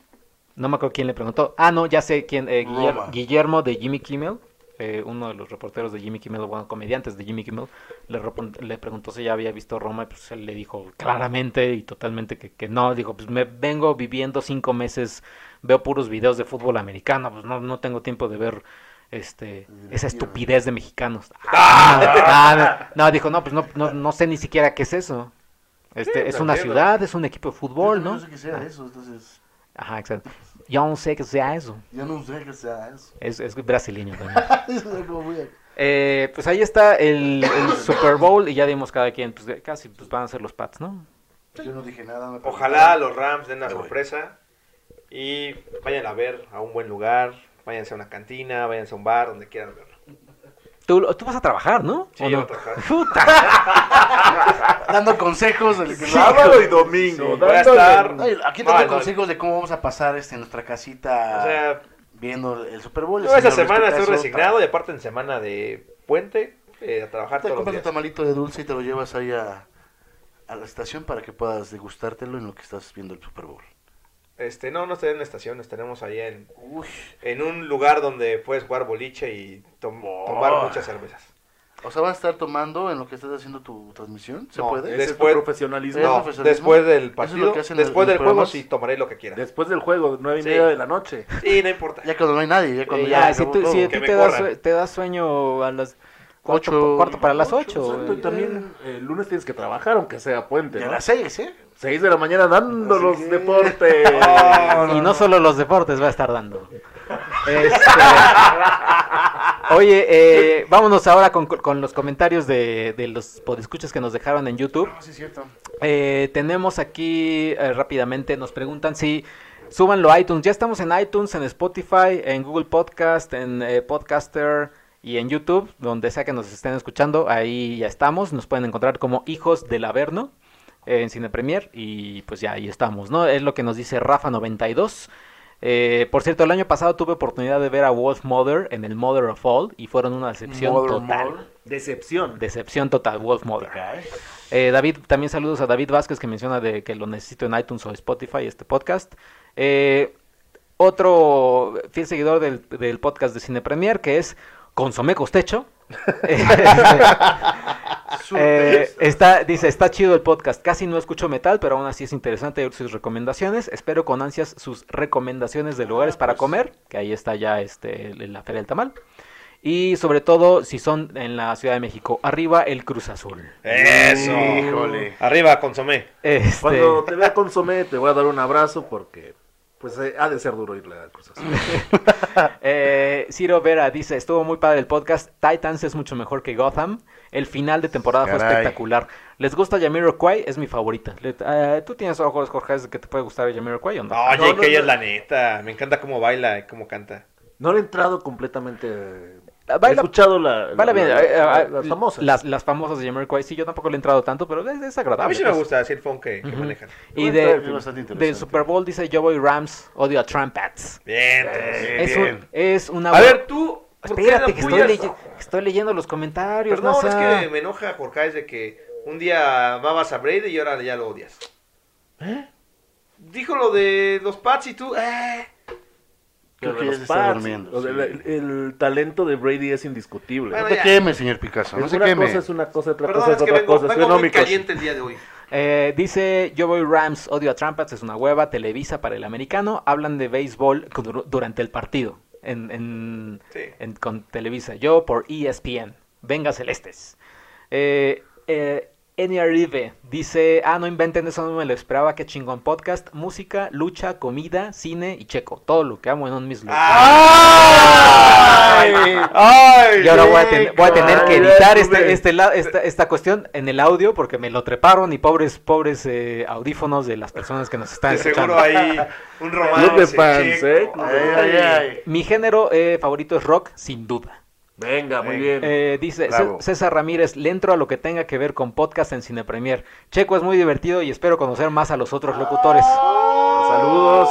A: No me acuerdo quién le preguntó. Ah, no, ya sé quién. eh, Guiller-
B: Roma.
A: Guillermo, de Jimmy Kimmel, eh, uno de los reporteros de Jimmy Kimmel, bueno, comediantes de Jimmy Kimmel, le, repon- le preguntó si ya había visto Roma y pues él le dijo claramente y totalmente que, que no. Dijo, pues me vengo viviendo cinco meses, veo puros videos de fútbol americano, pues no, no tengo tiempo de ver este, esa estupidez de mexicanos. Ah, no, no, dijo, no, pues no, no, no sé ni siquiera qué es eso. Este, es una ciudad, es un equipo de fútbol,
B: No
A: ¿no?
B: sé qué sea eso, entonces.
A: Ajá, exacto. Yo no sé que sea eso.
B: Yo no sé qué sea eso.
A: Es, es brasileño también.
B: Es algo muy-
A: Eh, pues ahí está el, el Super Bowl y ya dimos cada quien, pues de- casi pues van a ser los Pats, ¿no?
B: Yo no dije nada. me
F: Ojalá los Rams den una
B: Ahí voy.
F: sorpresa y vayan a ver a un buen lugar, váyanse a una cantina, váyanse a un bar, donde quieran verlo.
A: Tú, tú vas a trabajar, ¿no?
F: Sí,
A: ¿O
F: yo
A: no?
F: voy a trabajar.
A: Puta.
B: Dando consejos. del que-
J: Sábado y domingo.
F: Sí, voy a
J: dándole-
F: estar- Ah,
B: Ay, aquí
F: No,
B: dando
F: no.
B: consejos de cómo vamos a pasar este, en nuestra casita
F: O sea,
B: viendo el Super Bowl. Ah, el
F: yo esta
B: señor
F: semana
B: Luis
F: estoy
B: Picasso,
F: resignado y aparte en semana de puente, eh, a trabajar
B: Te
F: todos los
B: compras un
F: días.
B: tamalito de dulce y te lo llevas ahí a, a la estación para que puedas degustártelo en lo que estás viendo el Super Bowl.
F: Este, no, no estaré en estaciones, tenemos allá en,
B: Uy,
F: en un lugar donde puedes jugar boliche y tom-
B: Oh.
F: tomar muchas cervezas.
B: o sea, vas a estar tomando en lo que estás haciendo tu transmisión. ¿Se
F: No,
B: puede? Es-
F: de- Ese es tu Después-
J: profesionalismo.
B: ¿Es
F: No,
B: profesionalismo?
F: después
B: Eso es
F: del
B: lo
F: partido,
B: que hacen en
F: después
B: los
F: del juego
B: programas.
F: sí tomaré lo que quiera.
J: Después del juego, nueve y
F: Sí.
J: media de la noche.
F: Sí, no importa.
B: Ya cuando no hay nadie, ya cuando
F: Eh,
B: ya.
F: ya,
A: Ah, si
B: acabó
A: tú,
B: todo.
A: si a
F: Que
A: ti
F: me
A: te das,
F: corran.
A: sue- te das sueño a las cuatro,
B: Ocho.
A: po- cuarto para las ocho.
J: Exacto,
A: güey.
J: y Pues, también eh, el lunes tienes que trabajar, aunque sea puente.
B: Y a
J: ¿no?
B: las seis, ¿eh?
J: 6 de la mañana dando los deportes.
A: Y no solo los deportes va a estar dando. Este, oye, eh, vámonos ahora con, con los comentarios de, de los podescuchas que nos dejaron en YouTube.
B: No, sí, es cierto.
A: Eh, tenemos aquí eh, rápidamente, nos preguntan si súbanlo a iTunes. Ya estamos en iTunes, en Spotify, en Google Podcast, en eh, Podcaster y en YouTube, donde sea que nos estén escuchando, ahí ya estamos. Nos pueden encontrar como Hijos del Averno eh, en Cine Premier y pues ya ahí estamos, ¿no? Es lo que nos dice Rafa92. Eh, por cierto, el año pasado tuve oportunidad de ver a Wolf Mother en el Mother of All y fueron una decepción total.
J: Decepción.
A: Decepción total, Wolf Mother. Eh, David, también saludos a David Vázquez que menciona de que lo necesito en iTunes o Spotify este podcast. Eh, otro fiel seguidor del, del podcast de Cine Premier que es Consomé Costecho. Eh, está, dice, está chido el podcast, casi no escucho metal, pero aún así es interesante oír sus recomendaciones. Espero con ansias sus recomendaciones de lugares para comer, que ahí está ya este, el- la Feria del Tamal. Y sobre todo, si son en la Ciudad de México, arriba el Cruz Azul.
F: Eso.
B: Híjole.
F: Arriba, consomé.
A: Este,
J: Cuando te vea consomé, te voy a dar un abrazo porque pues eh, ha de ser duro irle a Cruz Azul.
A: eh, Ciro Vera dice, estuvo muy padre el podcast, Titans es mucho mejor que Gotham, el final de temporada fue
B: Caray.
A: espectacular. ¿Les gusta Jamiroquai? Es mi favorita. Le- eh, ¿Tú tienes ojos, Jorge, de que te puede gustar Jamiroquai o no?
F: No,
J: no,
F: Jake ella
J: no.
F: es la neta. Me encanta cómo baila y cómo canta.
J: No le he entrado completamente. eh,
A: Ah,
J: he
A: baila-
J: escuchado la, la-
A: Vale, bien,
J: la-
A: eh, eh,
J: las famosas.
A: Las, las famosas de Jamiroquai, sí, yo tampoco le he entrado tanto, pero es, es agradable.
F: A mí sí me
A: pues.
F: gusta así el funk que, que
A: Ujú.
F: manejan.
A: Y
B: Está
A: de,
B: bastante interesante.
A: del Super Bowl dice, yo voy Rams, odio a Trumpets.
F: Bien.
B: Eh,
A: Es,
B: bien.
A: un- es una...
F: A ver, tú. ¿por qué
A: Espérate,
F: la
A: que
F: apoyas?
A: estoy, leye- estoy leyendo los comentarios.
F: Perdón,
A: no,
F: es que me enoja, Jorge, es de que un día amabas a Brady y ahora ya lo odias.
A: ¿Eh?
F: Dijo lo de los Pats y tú. eh.
B: Creo
J: Pero
B: que
J: de
B: ya
J: los
B: se está
J: Pats,
B: durmiendo,
J: o sea,
B: sí.
J: el, el talento de Brady es indiscutible.
F: Bueno,
B: No te
F: ya.
B: queme, señor Picasso. No
J: Es
B: se
J: una
B: queme.
J: cosa es una cosa, otra
F: Perdón,
J: cosa
F: es
J: es
F: que
J: otra
F: vengo,
J: cosa.
F: vengo muy
J: Económicos.
F: caliente el día de hoy.
A: Eh, dice, yo voy Rams, odio a Trumpets, es una hueva, Televisa para el americano, hablan de béisbol con- dur- durante el partido en, en-
F: Sí.
A: en- con Televisa. Yo por E ESPN, venga Celestes. Eh, eh, Eni Arrive dice, ah, no inventen eso, no me lo esperaba, qué chingón podcast, música, lucha, comida, cine y checo, todo lo que amo en un mismo. Y ahora voy a, ten- voy a tener que editar este, este la- esta, esta cuestión en el audio porque me lo treparon y pobres pobres eh, audífonos de las personas que nos están
F: De
A: escuchando.
F: seguro hay un romance.
J: Club de fans,
F: chico.
J: ¿eh?
B: Ay, ay, ay.
A: Mi género eh, favorito es rock, sin duda.
J: Venga, muy
F: Venga.
J: bien.
A: Eh, dice Cé-
B: Bravo.
A: César Ramírez, le entro a lo que tenga que ver con podcast en Cine Premier. Checo es muy divertido y espero conocer más a los otros locutores.
J: Saludos.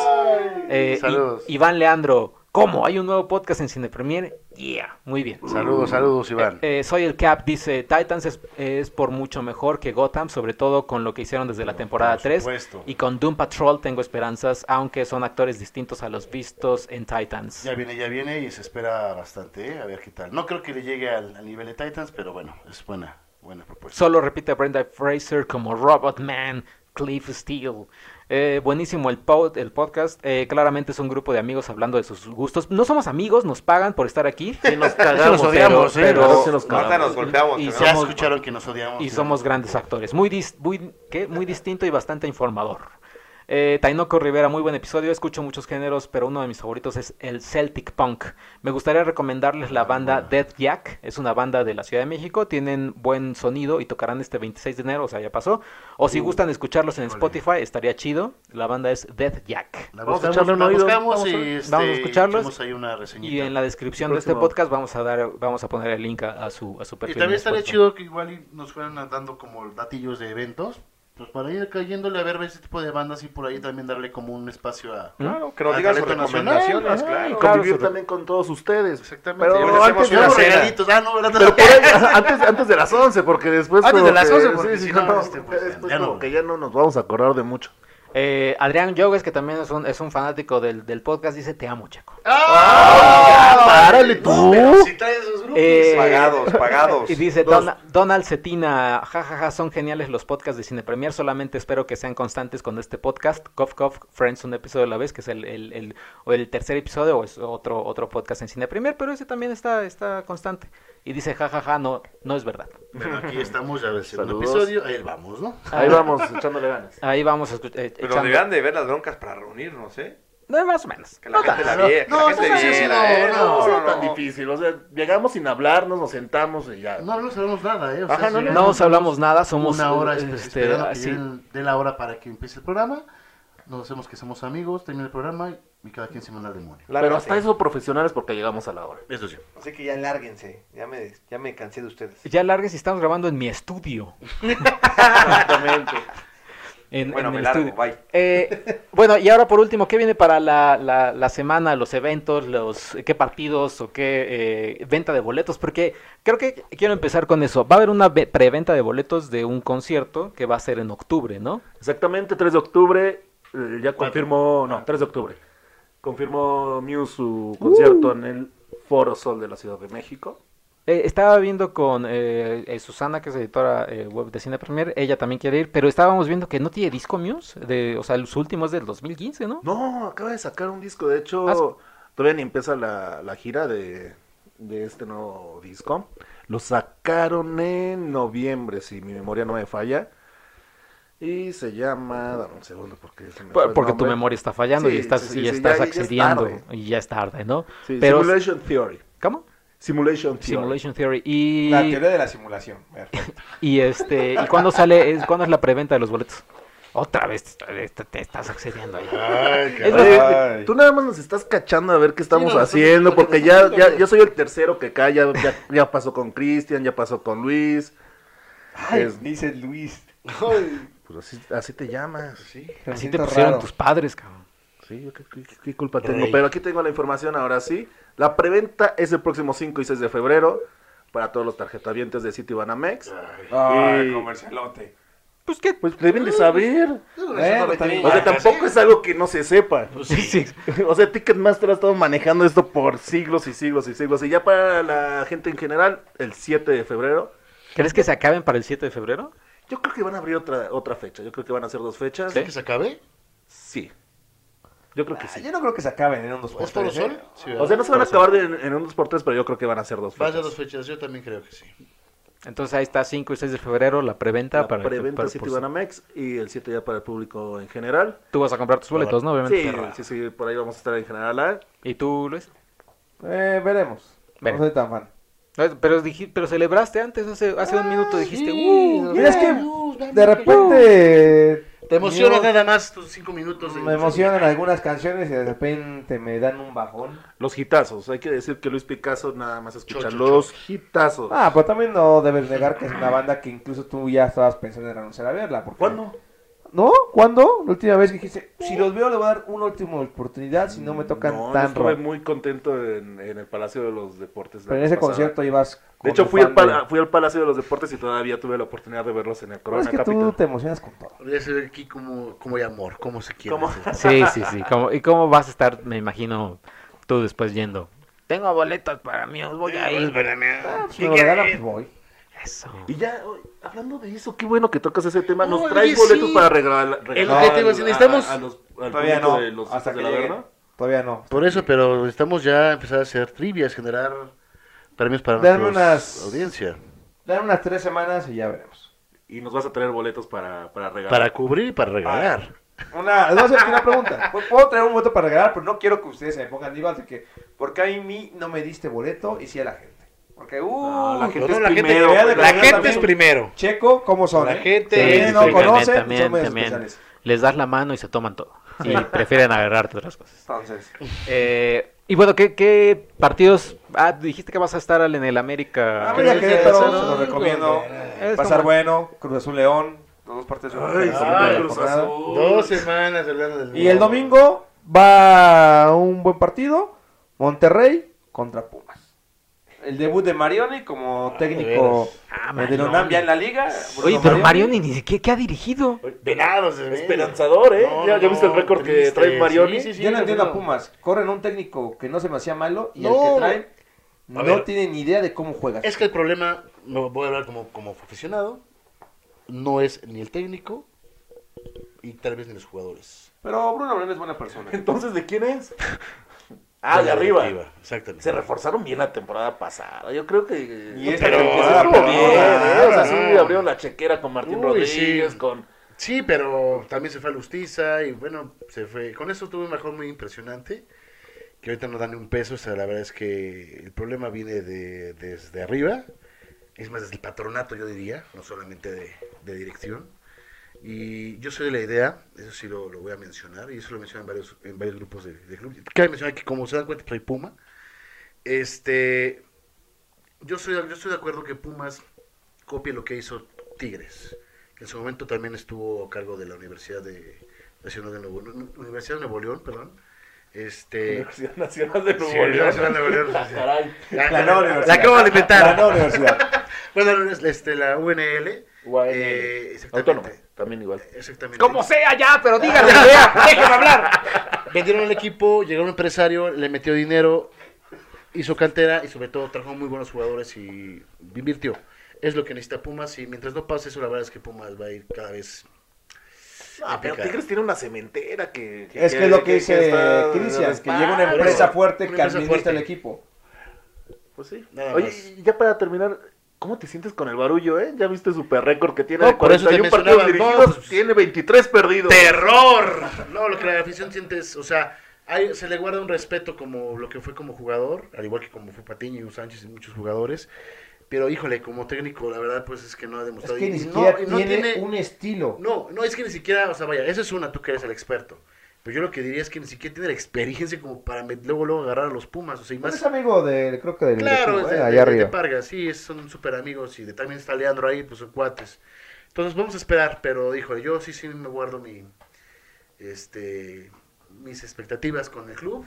A: Eh,
B: Saludos.
A: I- Iván Leandro, ¿cómo? ¿Hay un nuevo podcast en Cine Premier? Yeah, muy bien.
B: Saludos, saludos, Iván.
A: Eh, eh, soy el Cap, dice Titans es, es por mucho mejor que Gotham, sobre todo con lo que hicieron desde la temporada
B: por
A: 3.
B: supuesto.
A: Y con Doom Patrol tengo esperanzas, aunque son actores distintos a los vistos en Titans.
B: Ya viene, ya viene y se espera bastante, ¿eh? a ver qué tal. No creo que le llegue al, al nivel de Titans, pero bueno, es buena, buena propuesta.
A: Solo repite a Brenda Fraser como Robot Man. Cliff Steele. Eh, buenísimo el, pod- el podcast. Eh, claramente es un grupo de amigos hablando de sus gustos. No somos amigos, nos pagan por estar aquí.
J: Sí, nos
B: nos
J: cagamos.
B: odiamos,
A: pero-
B: ¿eh?
A: pero-
J: Claro, sí nos cagamos.
F: Ahorita nos golpeamos.
A: Y
F: ¿no?
A: se-
B: Ya
A: somos-
B: escucharon que nos odiamos.
A: Y
B: ¿no?
A: somos grandes actores. Muy, dis- muy, ¿qué? muy distinto y bastante informador. Eh, Tainoco Rivera, muy buen episodio. Escucho muchos géneros, pero uno de mis favoritos es el Celtic Punk. Me gustaría recomendarles la banda Dead Jack. Es una banda de la Ciudad de México. Tienen buen sonido y tocarán este 26 de enero, o sea, ya pasó. O
B: Uh,
A: si gustan escucharlos en Spotify, estaría chido. La banda es Dead Jack.
B: La
J: Vamos a
B: buscamos,
J: echarle un
B: la
J: oído.
B: buscamos
A: Vamos a-
B: y este,
A: vamos a escucharlos.
B: echamos ahí una reseñita.
A: Y en la descripción de este
J: Próximo.
A: podcast vamos a dar, vamos a poner el link a, a su, a su
B: Y
A: perfil. en
B: también estaría
A: Spotify.
B: chido que igual y nos fueran dando como datillos de eventos. Pues para ir cayéndole a ver ese tipo de bandas y por ahí también darle como un espacio a...
F: Claro, que nos
B: Ah,
F: digan sus
B: talento nacional,
F: recomendaciones,
B: ah,
F: claro.
J: Y
A: Claro,
J: convivir
A: sobre-
J: también con todos ustedes.
B: Exactamente.
J: Pero
B: Y
F: les hacemos
J: antes,
F: una
B: Yo hago
F: cena.
B: regalitos. Ah, no, ¿verdad?
J: pero por ahí- antes, antes de las 11, porque después.
B: Antes
J: como
B: de las
J: que-
B: 11, porque si no,
J: no,
B: este, pues,
J: después
B: ya no.
J: como que ya no nos vamos a acordar de mucho.
A: Eh, Adrián Yogues, que también es un, es un fanático del, del podcast, dice: Te amo, Checo.
B: ¡Ah!
J: ¡Párale
B: No,
J: tú!
B: pero si traes esos grupos.
A: Eh,
F: Pagados, pagados.
A: Y dice
B: Dos.
A: Dona- Donald Cetina, jajaja, son geniales los podcasts de Cine Premier, solamente espero que sean constantes con este podcast, Cof Cof Friends, un episodio a la vez, que es el, el, el- o el tercer episodio o es otro, otro podcast en Cine Premier, pero ese también está, está constante. Y dice, jajaja, no, no es verdad.
B: Bueno, aquí estamos, ya ves, en un
J: Saludos.
B: episodio. Ahí vamos, ¿no?
J: Ahí vamos, echándole ganas.
A: Ahí vamos a escuchar. eh,
F: Pero
A: echando-
F: deberían de ver las broncas para reunirnos, ¿eh?
A: No, más o menos.
F: Que la
A: No
F: gente
A: tanto.
F: la viera.
B: No,
F: que la
B: no,
F: gente
B: no,
F: viera,
B: no,
F: ¿eh?
B: no,
J: No, no, tan difícil. O sea, llegamos sin hablarnos, nos sentamos y ya.
B: No, no sabemos nada, ¿eh? O
J: Ajá, no,
B: si
J: no.
A: No os hablamos nada, somos
B: una hora
A: eh,
B: espe-
A: este,
B: esperando que
A: así.
B: lleguen de la hora para que empiece el programa. Nos hacemos que somos amigos, termina el programa y cada quien se manda al demonio.
J: Pero hasta eso profesionales porque llegamos a la hora.
B: Eso sí.
F: Así que ya lárguense. Ya me, ya me cansé de ustedes.
A: Ya largues y estamos grabando en mi estudio.
J: Exactamente.
A: En,
F: Bueno,
A: en
F: me
A: el
F: largo,
A: estudio.
F: bye.
A: Eh, bueno, y ahora por último, ¿qué viene para la, la- la semana, los eventos, los qué partidos o qué eh, venta de boletos? Porque creo que quiero empezar con eso. Va a haber una ve- preventa de boletos de un concierto que va a ser en octubre, ¿no?
J: Exactamente, 3 de octubre. eh, Ya confirmó. No, 3 de octubre. Confirmó Muse su
B: Uh.
J: concierto en el Foro Sol de la Ciudad de México.
A: Eh, estaba viendo con eh, eh, Susana, que es editora eh, web de Cine Premier, ella también quiere ir, pero estábamos viendo que no tiene disco Muse, de, o sea, los últimos del 2015, ¿no?
J: No, acaba de sacar un disco. De hecho,
A: Ah, sí.
J: todavía ni empieza la, la gira de, de este nuevo disco. Lo sacaron en noviembre, si mi memoria no me falla. Y se llama. Dame un segundo, porque. se me
A: Por-
J: fue el
A: porque tu
J: nombre.
A: memoria está fallando y
J: Pues Sí,
A: estás,
J: sí, sí,
A: y
J: sí,
A: estás
J: ya- ya es
A: accediendo
J: tarde.
A: y ya es tarde, ¿no?
J: Sí,
A: Pero,
J: Simulation Theory.
A: ¿Cómo?
J: Simulation Theory.
A: Simulation Theory. Y,
F: La teoría de la simulación.
A: y este, ¿y cuándo sale, es, cuándo es la preventa de los boletos? Otra vez te, te- te estás accediendo ahí. Es más,
J: Oye, tú nada más nos estás cachando a ver qué estamos
B: no,
J: haciendo,
B: porque-
J: porque
B: porque
J: ya,
B: nosotros-
J: ya, yo soy el tercero que cae, ya, ya- ya pasó con Cristian, ya pasó con Luis. Es-
F: dice Luis.
J: pues así, así te llamas.
A: así te pusieron tus padres, cabrón.
J: Sí, yo qué, qué- qué culpa tengo. Pero aquí tengo la información ahora sí. La preventa es el próximo 5 y 6 de febrero para todos los tarjetavientes de City Banamex.
F: Ay,
J: Y-
F: comercialote.
A: Pues que
J: Pues deben de saber. O sea,
F: Ajá,
J: tampoco es algo que no se sepa.
A: sí, sí.
J: O sea, Ticketmaster ha estado manejando esto por siglos y siglos y siglos. Y ya para la gente en general, el 7 de febrero,
A: ¿Crees que se acaben para el 7 de febrero?
J: yo creo que van a abrir otra, otra fecha. Yo creo que van a ser dos fechas.
B: ¿Que se acabe?
J: Sí. Yo creo que sí.
D: Yo no creo que se acaben en
B: ¿Es
D: unos
B: por
D: postres,
B: sol?
D: ¿eh?
B: Sí,
J: O sea, no se van a acabar de- en, en un 2x3, pero yo creo que van a ser dos
B: Va a
J: fechas.
B: ser dos fechas, yo también creo que sí.
A: Entonces ahí está 5 y 6 de febrero la preventa
J: La
A: para
J: preventa
A: para-
J: City
A: por-
J: Banamex y el 7 ya para el público en general.
A: Tú vas a comprar tus boletos, ¿no? Obviamente.
J: Sí, sí, sí, por ahí vamos a estar en general. ¿ah?
A: ¿Y tú, Luis?
D: Eh, veremos.
A: Veremos.
D: No soy tan fan.
A: No, Pero, dij- pero celebraste antes, hace, hace un minuto dijiste, "Uh,
D: Mira, es que de repente...
B: Te emociona
D: me-
B: nada más tus cinco minutos. de-
D: Me emocionan algunas canciones y de repente me dan un bajón.
J: Los hitazos. Hay que decir que Luis Picasso nada más
B: Cho,
J: escucha
B: cho,
J: los hitazos.
D: Ah, pero también no debes negar que es una banda que incluso tú ya estabas pensando en renunciar a verla. Porque...
J: ¿Cuándo?
D: ¿No? ¿Cuándo? La última vez que dijiste, si los veo le voy a dar una última oportunidad si no me tocan
J: No, yo
D: tan
J: estuve
D: rock.
J: muy contento en, en el Palacio de los Deportes. la
D: Pero en ese
J: vez pasada.
D: concierto ibas...
J: De
D: con
J: hecho,
D: tu
J: fui al,
D: fan de-
J: pala- fui al Palacio de los Deportes y todavía tuve la oportunidad de verlos en el
D: Pero
J: Corona
D: es que tú
J: Capital.
D: te emocionas con todo.
B: Voy a ser aquí como, como de amor, como se quiere.
J: ¿Cómo?
A: Sí, sí, sí. ¿Cómo- ¿Y cómo vas a estar, me imagino, tú después yendo? Tengo boletos para mí, os voy a ir.
D: Ah, pues me lo regalan, pues voy.
A: Eso.
J: Y ya, oye, hablando de eso, qué bueno que tocas ese tema. Nos
B: Oye,
J: traes
B: sí.
J: boletos para regalar. regalar
B: que te digo, si
J: al-
B: necesitamos-
J: a- a los- al
D: Todavía
J: público
D: no.
J: de los hijos
D: hasta que
J: de la
D: llegue.
J: Verna.
D: Todavía no.
B: Por eso, pero necesitamos ya empezar a hacer trivias, generar premios para
D: Dame
B: nuestra
D: unas-
B: audiencia.
D: Dan unas tres semanas y ya veremos.
J: Y nos vas a traer boletos para, para regalar.
B: Para cubrir y para regalar.
D: Una, les voy a hacer una pregunta. Pu- Puedo traer un boleto para regalar, pero no quiero que ustedes se me pongan divas de que porque a mí no me diste boleto y sí a la gente. Porque, uh,
J: No, la gente
F: No,
J: es
F: la gente-
J: primero,
D: vea
F: La
D: de verdad
F: gente
D: también.
F: es primero.
D: checo, ¿cómo son?
F: La
D: eh?
F: gente
D: Si
F: Sí,
D: ustedes
F: sí,
D: no
F: también,
D: conocen, son medios especiales.
A: Les das la mano y se toman todo. Y prefieren agarrarte otras cosas.
F: Entonces,
A: Eh, y bueno, ¿qué, qué partidos? Ah, dijiste que vas a estar en el América.
D: Ah, mira,
B: Sí,
D: Querétaro,
B: sí,
D: se
B: sí,
D: lo
B: sí,
D: recomiendo.
A: Es
D: Pasar
A: como-
D: bueno, Cruz Azul León.
F: dos partes de
J: Ay,
D: Cruz
J: sí,
D: Azul de la
J: Cruz
D: jornada.
J: Azul.
B: Dos semanas hablando del
D: Y el domingo va un buen partido, Monterrey contra Pumas. El debut de Marioni como técnico
A: Ah,
D: Eh, de la UNAM ya en la liga.
A: Oye,
D: Bruno
A: pero Marioni ni siquiera ¿qué ha dirigido.
B: Venados, de
J: Esperanzador, ¿eh?
B: No,
J: ¿Ya, ya
B: no,
J: viste el récord que
B: triste,
J: trae Marioni?
B: sí, sí, sí.
D: Yo no entiendo a
B: no.
D: Pumas. Corren a un técnico que no se me hacía malo y el
B: No.
D: que traen
B: A
D: no
B: ver.
D: tiene ni idea de cómo juega.
B: Es que el problema, no voy a hablar como, como aficionado, no es ni el técnico y tal vez ni los jugadores.
E: Pero Bruno Moreno es buena persona.
J: Entonces, ¿de quién es? Ah, de arriba.
B: Exactamente.
J: Se reforzaron bien la temporada pasada. Yo creo que.
D: Y esta
J: pero
D: temporada,
J: estuvo
D: pero-
J: bien, ¿eh? O sea,
B: Ah,
J: sí
B: no.
J: abrieron la chequera con Martín
B: Uy,
J: Rodríguez,
B: sí.
J: con.
B: Sí, pero también se fue a Lustiza y bueno, se fue. Con eso tuvo un mejor muy impresionante. Que ahorita no dan ni un peso. O sea, la verdad es que el problema viene de, desde arriba. Es más, desde el patronato, yo diría, no solamente de, de dirección. Y yo soy de la idea, eso sí lo, lo voy a mencionar, y eso lo mencionan varios, en varios grupos de, de club. Cabe mencionar que, como se dan cuenta, soy Puma. Este, yo, soy, yo estoy de acuerdo que Pumas copie lo que hizo Tigres que en su momento también estuvo a cargo de la Universidad de Nacional de Nuevo, Universidad de Nuevo León, perdón. Este,
J: Universidad Nacional de
B: sí,
J: Nuevo León.
B: Universidad de Nuevo León. sí, sí.
J: Caray.
B: La,
D: La nueva
B: la-
D: universidad.
B: la acabo de
D: La
B: inventar.
D: nueva universidad.
B: Bueno, es- este, la UNL.
J: UANL.
B: eh, exactamente.
J: Autónoma, también igual.
B: Exactamente.
A: Como sea ya, pero díganle, vea, déjeme hablar.
B: Vendieron el equipo, llegó un empresario, le metió dinero, hizo cantera y sobre todo trajo muy buenos jugadores y invirtió. Es lo que necesita Pumas y mientras no pase eso, la verdad es que Pumas va a ir cada vez
J: Ah, pero
B: Épica.
J: Tigres tiene una cementera que.
D: Es que es lo que dice
J: está-
D: Cristian, que
J: respalda.
D: llega una empresa Ah, fuerte
B: Una
D: que
B: empresa
D: administra
B: fuerte.
D: el equipo.
J: Pues sí.
B: Nada
J: Oye,
B: más.
J: y ya para terminar, ¿cómo te sientes con el barullo, eh? Ya viste super récord que tiene
B: No,
J: de
B: por eso te
J: 41 partidos
B: mencionaba, no,
J: dirigidos,
B: pues-
J: tiene 23 perdidos.
B: terror. No, lo que la afición siente es, o sea, hay- se le guarda un respeto como lo que fue como jugador, al igual que como fue Patiño, Sánchez y muchos jugadores. Pero híjole, como técnico, la verdad, pues es que no ha
D: Es
B: demostrado.
D: que
B: y-
D: ni
B: y
D: siquiera
B: y no
D: tiene, un estilo.
B: No, no, es que ni siquiera, o sea, vaya, eso es una, tú que eres el experto. Pero Pues yo lo que diría es que ni siquiera tiene la experiencia como para me- luego, luego agarrar a los Pumas. O sea, y
D: Pero
B: más,
D: es amigo de, creo que del
B: Claro,
D: equipo,
B: es
D: eh,
B: de,
D: allá
B: de- de
D: arriba.
B: Pargas, sí, es- son súper amigos y de- también está Leandro ahí, pues son cuates. Entonces vamos a esperar, pero híjole, yo sí, sí me guardo mi, este, mis expectativas con el club.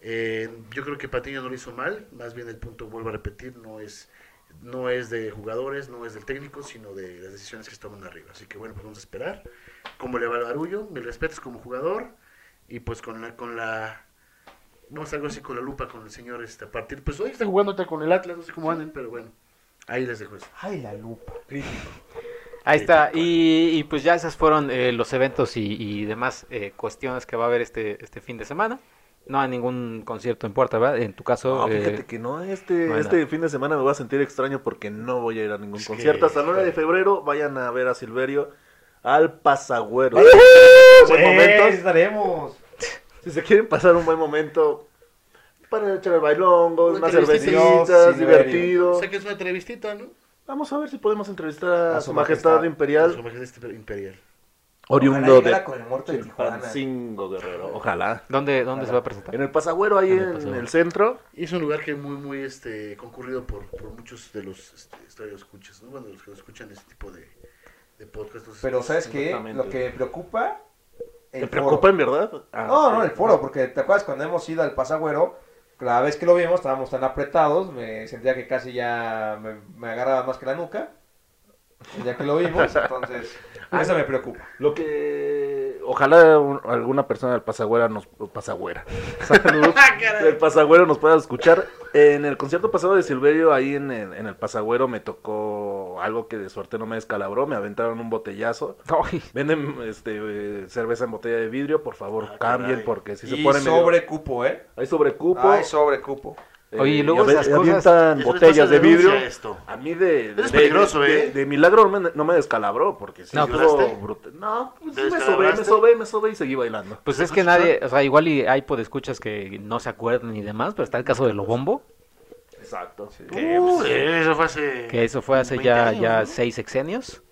B: Eh, yo creo que Patiño no lo hizo mal, más bien el punto, vuelvo a repetir, no es no es de jugadores, no es del técnico, sino de las decisiones que se toman arriba. Así que bueno, pues vamos a esperar. Como le va el barullo, mis respetos como jugador y pues con la, con la vamos a algo así con la lupa con el señor este a partir pues hoy está jugando ahorita con el Atlas no sé cómo anden pero bueno ahí les dejo eso
D: Ay, la lupa.
A: Ahí está, y, y pues ya esos fueron eh, los eventos y, y demás eh, cuestiones que va a haber este, este fin de semana. No hay ningún concierto en puerta, ¿verdad? En tu caso,
J: No, fíjate
A: eh,
J: que no, este,
A: no hay
J: este fin de semana me voy a sentir extraño porque no voy a ir a ningún
B: Es que-
J: concierto. Hasta el 9 de febrero vayan a ver a Silverio al pasagüero. Buen
D: Sí,
J: momento.
D: estaremos.
J: Si se quieren pasar un buen momento para echar el bailongo,
B: Una
J: unas
B: entrevistita.
J: cervecitas,
D: Dios, Silverio.
J: divertido.
B: o sea que es una entrevistita no
J: Vamos a ver si podemos entrevistar a,
D: A
J: su
D: su
J: majestad,
D: majestad.
B: Con su
J: imperial.
B: majestad imperial
J: Oriundo
D: Ojalá
J: de
D: llegara con el muerto de Tijuana.
J: Pancingo Guerrero. Ojalá.
A: ¿dónde, dónde se va a
J: En
A: presentar?
J: el pasagüero ahí
A: En el
J: en
A: Pasagüero.
J: el centro.
B: Y es un lugar que muy muy este concurrido por, por muchos de los este, escuchas no bueno los que escuchan este tipo de, de podcast entonces,
D: Pero
B: pues,
D: ¿sabes qué?
J: Exactamente.
D: Lo que preocupa...
J: ¿Te
D: El foro.
J: preocupa en verdad? Ah,
D: No, no,
J: sí.
D: el foro, porque te acuerdas cuando hemos ido al pasagüero, la vez que lo vimos estábamos tan apretados, me sentía que casi ya me, me agarraba más que la nuca. El día que lo vimos, entonces,
J: Ah,
D: eso me preocupa.
J: Lo que ojalá un- alguna persona del Pasagüera nos Pasagüera. Saludos. del Pasagüero nos pueda escuchar. En el concierto pasado de Silverio ahí en el, en el Pasagüero me tocó pero algo que de suerte no me descalabró, me aventaron un botellazo.
A: Ay, pues
J: Venden este, eh, cerveza en botella de vidrio, por favor,
B: Ah,
J: cambien
B: caray.
J: porque si se
D: y
J: ponen medio-
D: sobrecupo, ¿eh?
J: Hay sobrecupo.
D: Hay sobrecupo.
J: eh,
A: Oye, y luego
J: ave-
A: esas cosas-
B: Eso
J: avientan
B: es
J: botellas
B: fácil
J: de vidrio.
B: denuncia esto.
J: A mí de,
B: Eso es
J: de-
B: peligroso,
J: de-
B: ¿eh?
J: de, de milagro no me, no me descalabró porque si
B: No, ¿lloraste?
J: No, pues
B: ¿Te
J: sí me sobé,
B: descalabraste?
J: me sobé, me sobé y seguí bailando.
A: Pues es que nadie, o sea, igual y hay podescuchas que no se acuerdan y demás, pero está el caso de Lobombo,
J: Exacto.
B: Uh, eso fue hace...
A: que eso fue hace
B: 20
A: ya,
B: Eh, años,
A: ya
B: ¿no?
A: seis sexenios.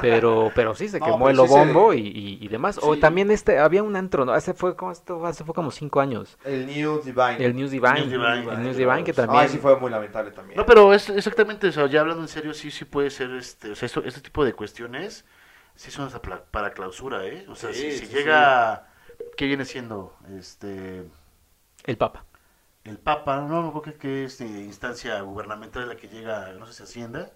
A: Pero, pero sí, se
D: No,
A: quemó
D: pero
A: el
D: sí se-
A: Lobombo y, y- y demás. O
D: Sí.
A: también este, había un antro, ¿no? Hace fue, como esto? Hace fue como cinco años.
D: El New Divine.
A: El News Divine.
B: News Divine.
A: El News Divine que
D: Ay,
A: también.
D: Ah, sí fue muy lamentable también.
B: No, pero es exactamente, o sea, ya hablando en serio, sí, sí puede ser, este, o sea, esto- este tipo de cuestiones, sí son hasta pla- para clausura, ¿eh? O sea, si, si llega, ¿qué viene siendo? Este,
A: El Papa.
B: el Papa, no, no creo que, que es eh, instancia gubernamental la que llega, no sé si Hacienda,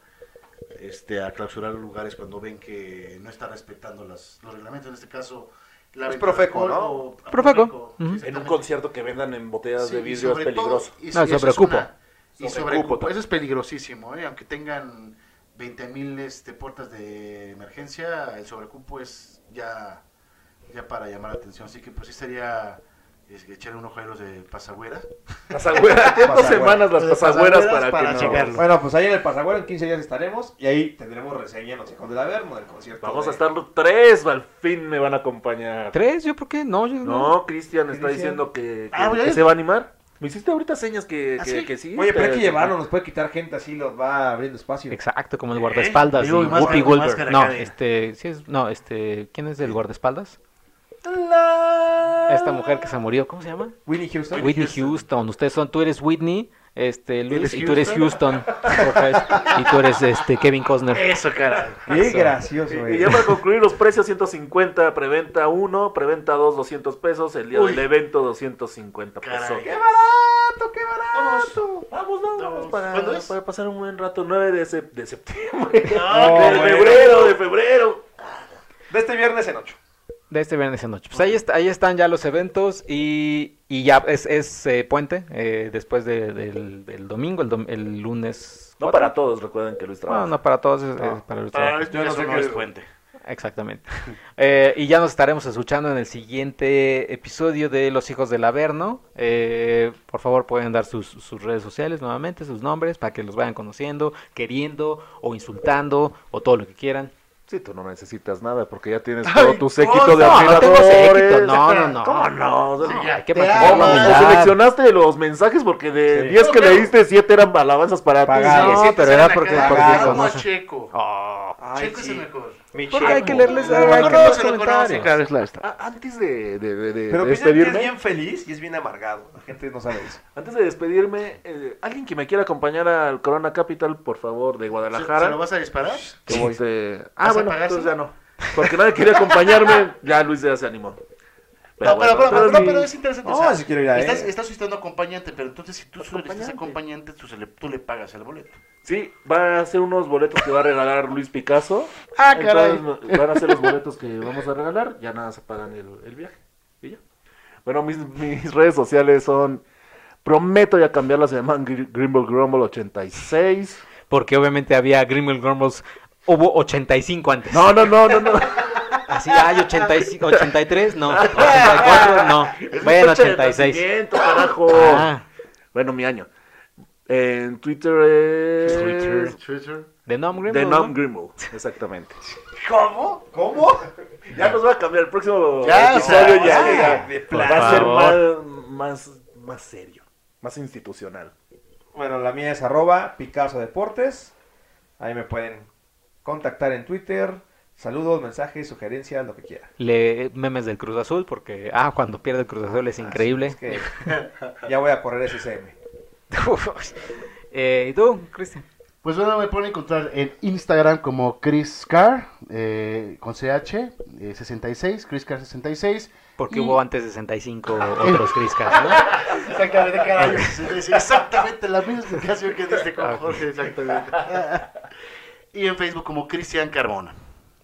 B: este, a clausurar lugares cuando ven que no está respetando las, los reglamentos, en este caso... La
D: Es
B: venta de
D: Profeco,
B: alcohol
D: ¿no?
B: o-
A: Profeco, ujú.
B: sí,
A: En un
J: En un
B: exactamente.
J: concierto que vendan en botellas
B: Sí,
J: de
B: y
J: vidrio es
B: sobre todo-
J: peligroso.
B: y
A: No,
B: sí, eso es
A: sobrecupo.
B: una- y
J: Sobrecupo
B: sobrecupo.
J: también.
B: Eso es peligrosísimo, ¿eh? Aunque tengan 20.000 mil este, puertas de emergencia, el sobrecupo es ya, ya para llamar la atención. Así que pues sí sería es, echarle un ojo a los de Pasagüera.
J: Las agüeras, tengo
D: Pasagüeras.
J: semanas las
B: Las
J: pasagüeras
B: pasagüeras
J: para,
B: para
J: que no-
B: checarlo.
D: Bueno, pues ahí en el Pasagüero en 15 días estaremos y ahí tendremos reseña, no sé, con del Averno del concierto.
J: Vamos
D: de-
J: a estar los tres, al fin me van a acompañar.
A: ¿Tres? ¿Yo por qué? No, yo
J: No, Cristian está
D: Cristian.
J: diciendo que, que-
B: Ah,
J: que
B: ya.
J: se va a animar. Me hiciste ahorita señas que,
B: ¿Ah,
J: que,
B: sí?
J: que sí.
D: Oye, pero hay que llevarlo,
J: llevarnos
D: nos puede quitar gente así, los va abriendo espacio.
A: Exacto, como el
B: ¿Eh?
A: guardaespaldas.
B: Digo,
A: y
B: y máscara-
A: Whoopi
B: máscara
A: Goldberg. No,
B: acá de-
A: este, sí es, no, este, ¿quién es el guardaespaldas? Esta mujer que se murió, ¿cómo se llama?
D: Winnie Houston.
A: Whitney Houston. Ustedes son, tú eres Whitney, este, Luis,
B: eres
A: y tú eres Houston. Ojalá. y tú eres, este, Kevin Costner.
B: Eso, caray.
D: Qué gracioso,
J: Y,
D: güey.
J: y ya para concluir, los precios 150, preventa 1, preventa 2, 200 pesos, el día
B: Uy.
J: del evento 250 pesos.
B: Caray.
J: Vamos,
D: barato, qué barato!
J: vamos, vamos,
B: Vamos.
J: para,
B: ¿Cuándo es?
J: para pasar un buen rato, 9 de, sep- de septiembre.
B: No,
J: de
D: bueno.
J: febrero, de febrero.
E: De este viernes en 8.
A: De este viernes en noche. Pues ahí, está- ahí están ya los eventos y, y ya es, es, eh, puente eh, después de- del, del domingo, el, dom- el lunes.
J: No
A: cuatro.
J: para todos, recuerden que Luis
A: Bueno,
J: trabaja.
A: no para todos, es- es para los
B: Para
A: trabajos.
B: esto eso no es puente.
A: Exactamente. Eh, y ya nos estaremos escuchando en el siguiente episodio de Los Hijos del Averno. Eh, por favor, pueden dar sus, sus redes sociales nuevamente, sus nombres, para que los vayan conociendo, queriendo o insultando o todo lo que quieran.
J: Sí, tú no necesitas nada porque ya tienes
B: Ay,
J: todo tu séquito
B: ¿cómo?
J: de
A: No, no tengo
J: admiradores.
A: séquito, no, no, no.
J: ¿Cómo no?
A: No,
J: Ya,
A: hay que
D: te
A: mantener
D: amo.
A: la
J: O
A: humildad.
J: seleccionaste los mensajes porque de
D: Sí.
J: 10 que leíste, 7 eran alabanzas para
D: Pagados.
J: ti.
A: No, pero era porque-
D: porque
B: Pagamos
A: no
B: a
A: sé.
B: Checo.
A: Oh,
D: Ay,
B: Checo es el
D: sí.
B: mejor.
A: porque hay que leerles
B: Lo
A: hay que leer
B: reconoce,
A: los
B: lo reconoce,
A: comentarios.
B: claro,
J: Ah, Antes de, de- de- de-
D: Pero
J: de
D: piensa que
E: Es
J: despedirme,
E: bien feliz y es bien amargado.
D: La gente no sabe eso.
J: antes de despedirme, eh, alguien que me quiera acompañar al Corona Capital, por favor, de
B: ¿Se, ¿Se lo
J: Guadalajara.
B: vas a disparar?
J: Este,
B: ¿Vas
J: ah,
B: a
J: bueno,
B: pagárselo?
J: entonces ya no. Porque nadie quería acompañarme, ya Luis ya se animó.
B: no, pero,
J: bueno,
B: pero, pero,
J: entonces
B: no,
J: mi-
B: pero es interesante.
D: No, si quiero ir a
B: estás,
D: él.
B: estás solicitando acompañante, pero entonces si tú solicitas acompañante, tú, se le, tú le pagas el boleto.
J: Sí, va a hacer unos boletos que va a regalar Luis Picasso.
B: Ah,
J: Entonces, no- van a ser los boletos que vamos a regalar. Ya nada se pagan el, el viaje. Y ya. Bueno, mis, mis redes sociales son. Prometo ya cambiarlas. Se llaman Gr- Grimble Grumble 86.
A: Porque obviamente había Grimmel Grumbles, hubo 85 antes.
J: No, no, no, no. no.
A: Así hay 85, 83, no. 84, no.
J: Es mi
A: Bueno,
J: fecha de
A: 86.
J: nacimiento, carajo.
A: Ah,
J: Bueno, mi año. En Twitter es.
A: eh,
B: Twitter.
A: de Nom Grimmel.
J: The
A: ¿no?
J: Nom Grimble, exactamente.
E: ¿Cómo?
D: ¿Cómo?
J: Ya nos va a cambiar el próximo
B: Ya,
J: episodio.
B: o sea,
J: ya,
B: sí,
J: ya.
E: de
J: va a ser
A: favor.
J: más, más, más serio, más institucional.
D: Bueno, la mía es arroba Picasso Deportes. Ahí me pueden contactar en Twitter. Saludos, mensajes, sugerencias, lo que quieran.
A: Le, eh, memes del Cruz Azul, porque, ah, cuando pierde el Cruz Azul es increíble.
D: Es que ya voy a correr SSM.
A: Eh, ¿Y tú, Cristian?
B: Pues bueno, me pueden encontrar en Instagram como Chris Carr, eh, con CH, eh, 66, Chris Carr 66.
A: Porque
B: Y-
A: hubo antes 65 otros Criscas, ¿no?
B: Exactamente, caray. Es exactamente la misma canción que dice con Jorge, exactamente. Y en Facebook como Cristian Carmona.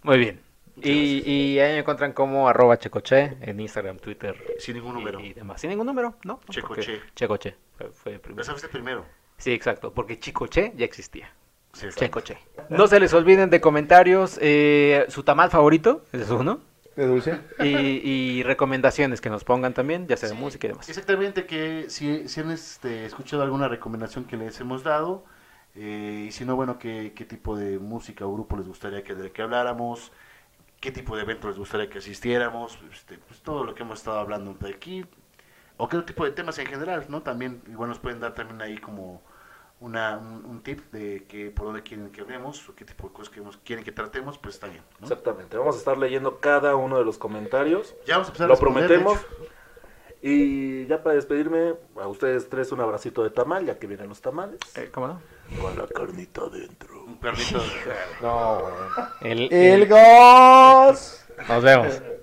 A: Muy bien. Y, y ahí me encuentran como arroba checoche en Instagram, Twitter
B: Sin ningún número.
A: y, y demás. Sin ningún número, ¿no?
B: Checoche.
A: Porque- Checoche. Fue, fue el
B: Esa
A: primero.
B: fuiste primero.
A: Sí, exacto. Porque Chicoche ya existía.
B: Sí, está.
A: Checoche. No se les olviden de comentarios eh, su tamal favorito, ese es uno.
J: ¿De dulce?
A: Y, y recomendaciones que nos pongan también, ya sea de música y demás.
B: Exactamente, que si, si han este, escuchado alguna recomendación que les hemos dado, eh, y si no, bueno, qué, qué tipo de música o grupo les gustaría que, de que habláramos, qué tipo de evento les gustaría que asistiéramos, este, pues, todo lo que hemos estado hablando de aquí, o qué tipo de temas en general, ¿no? También, igual nos pueden dar también ahí como una, un, un tip de que por dónde quieren que hablemos, o qué tipo de cosas que hemos- quieren que tratemos, pues está bien, ¿no?
C: Exactamente. Vamos a estar leyendo cada uno de los comentarios.
B: Ya vamos a empezar a
C: Lo
B: responder, de
C: prometemos.
B: hecho.
C: Y ya para despedirme, a ustedes tres un abracito de tamal, ya que vienen los tamales.
A: Eh, ¿Cómo no?
C: Con la carnita adentro.
B: Un perrito de-
D: No, güey.
A: El-
J: ¡El
A: el-
J: Ghost!
A: Nos vemos.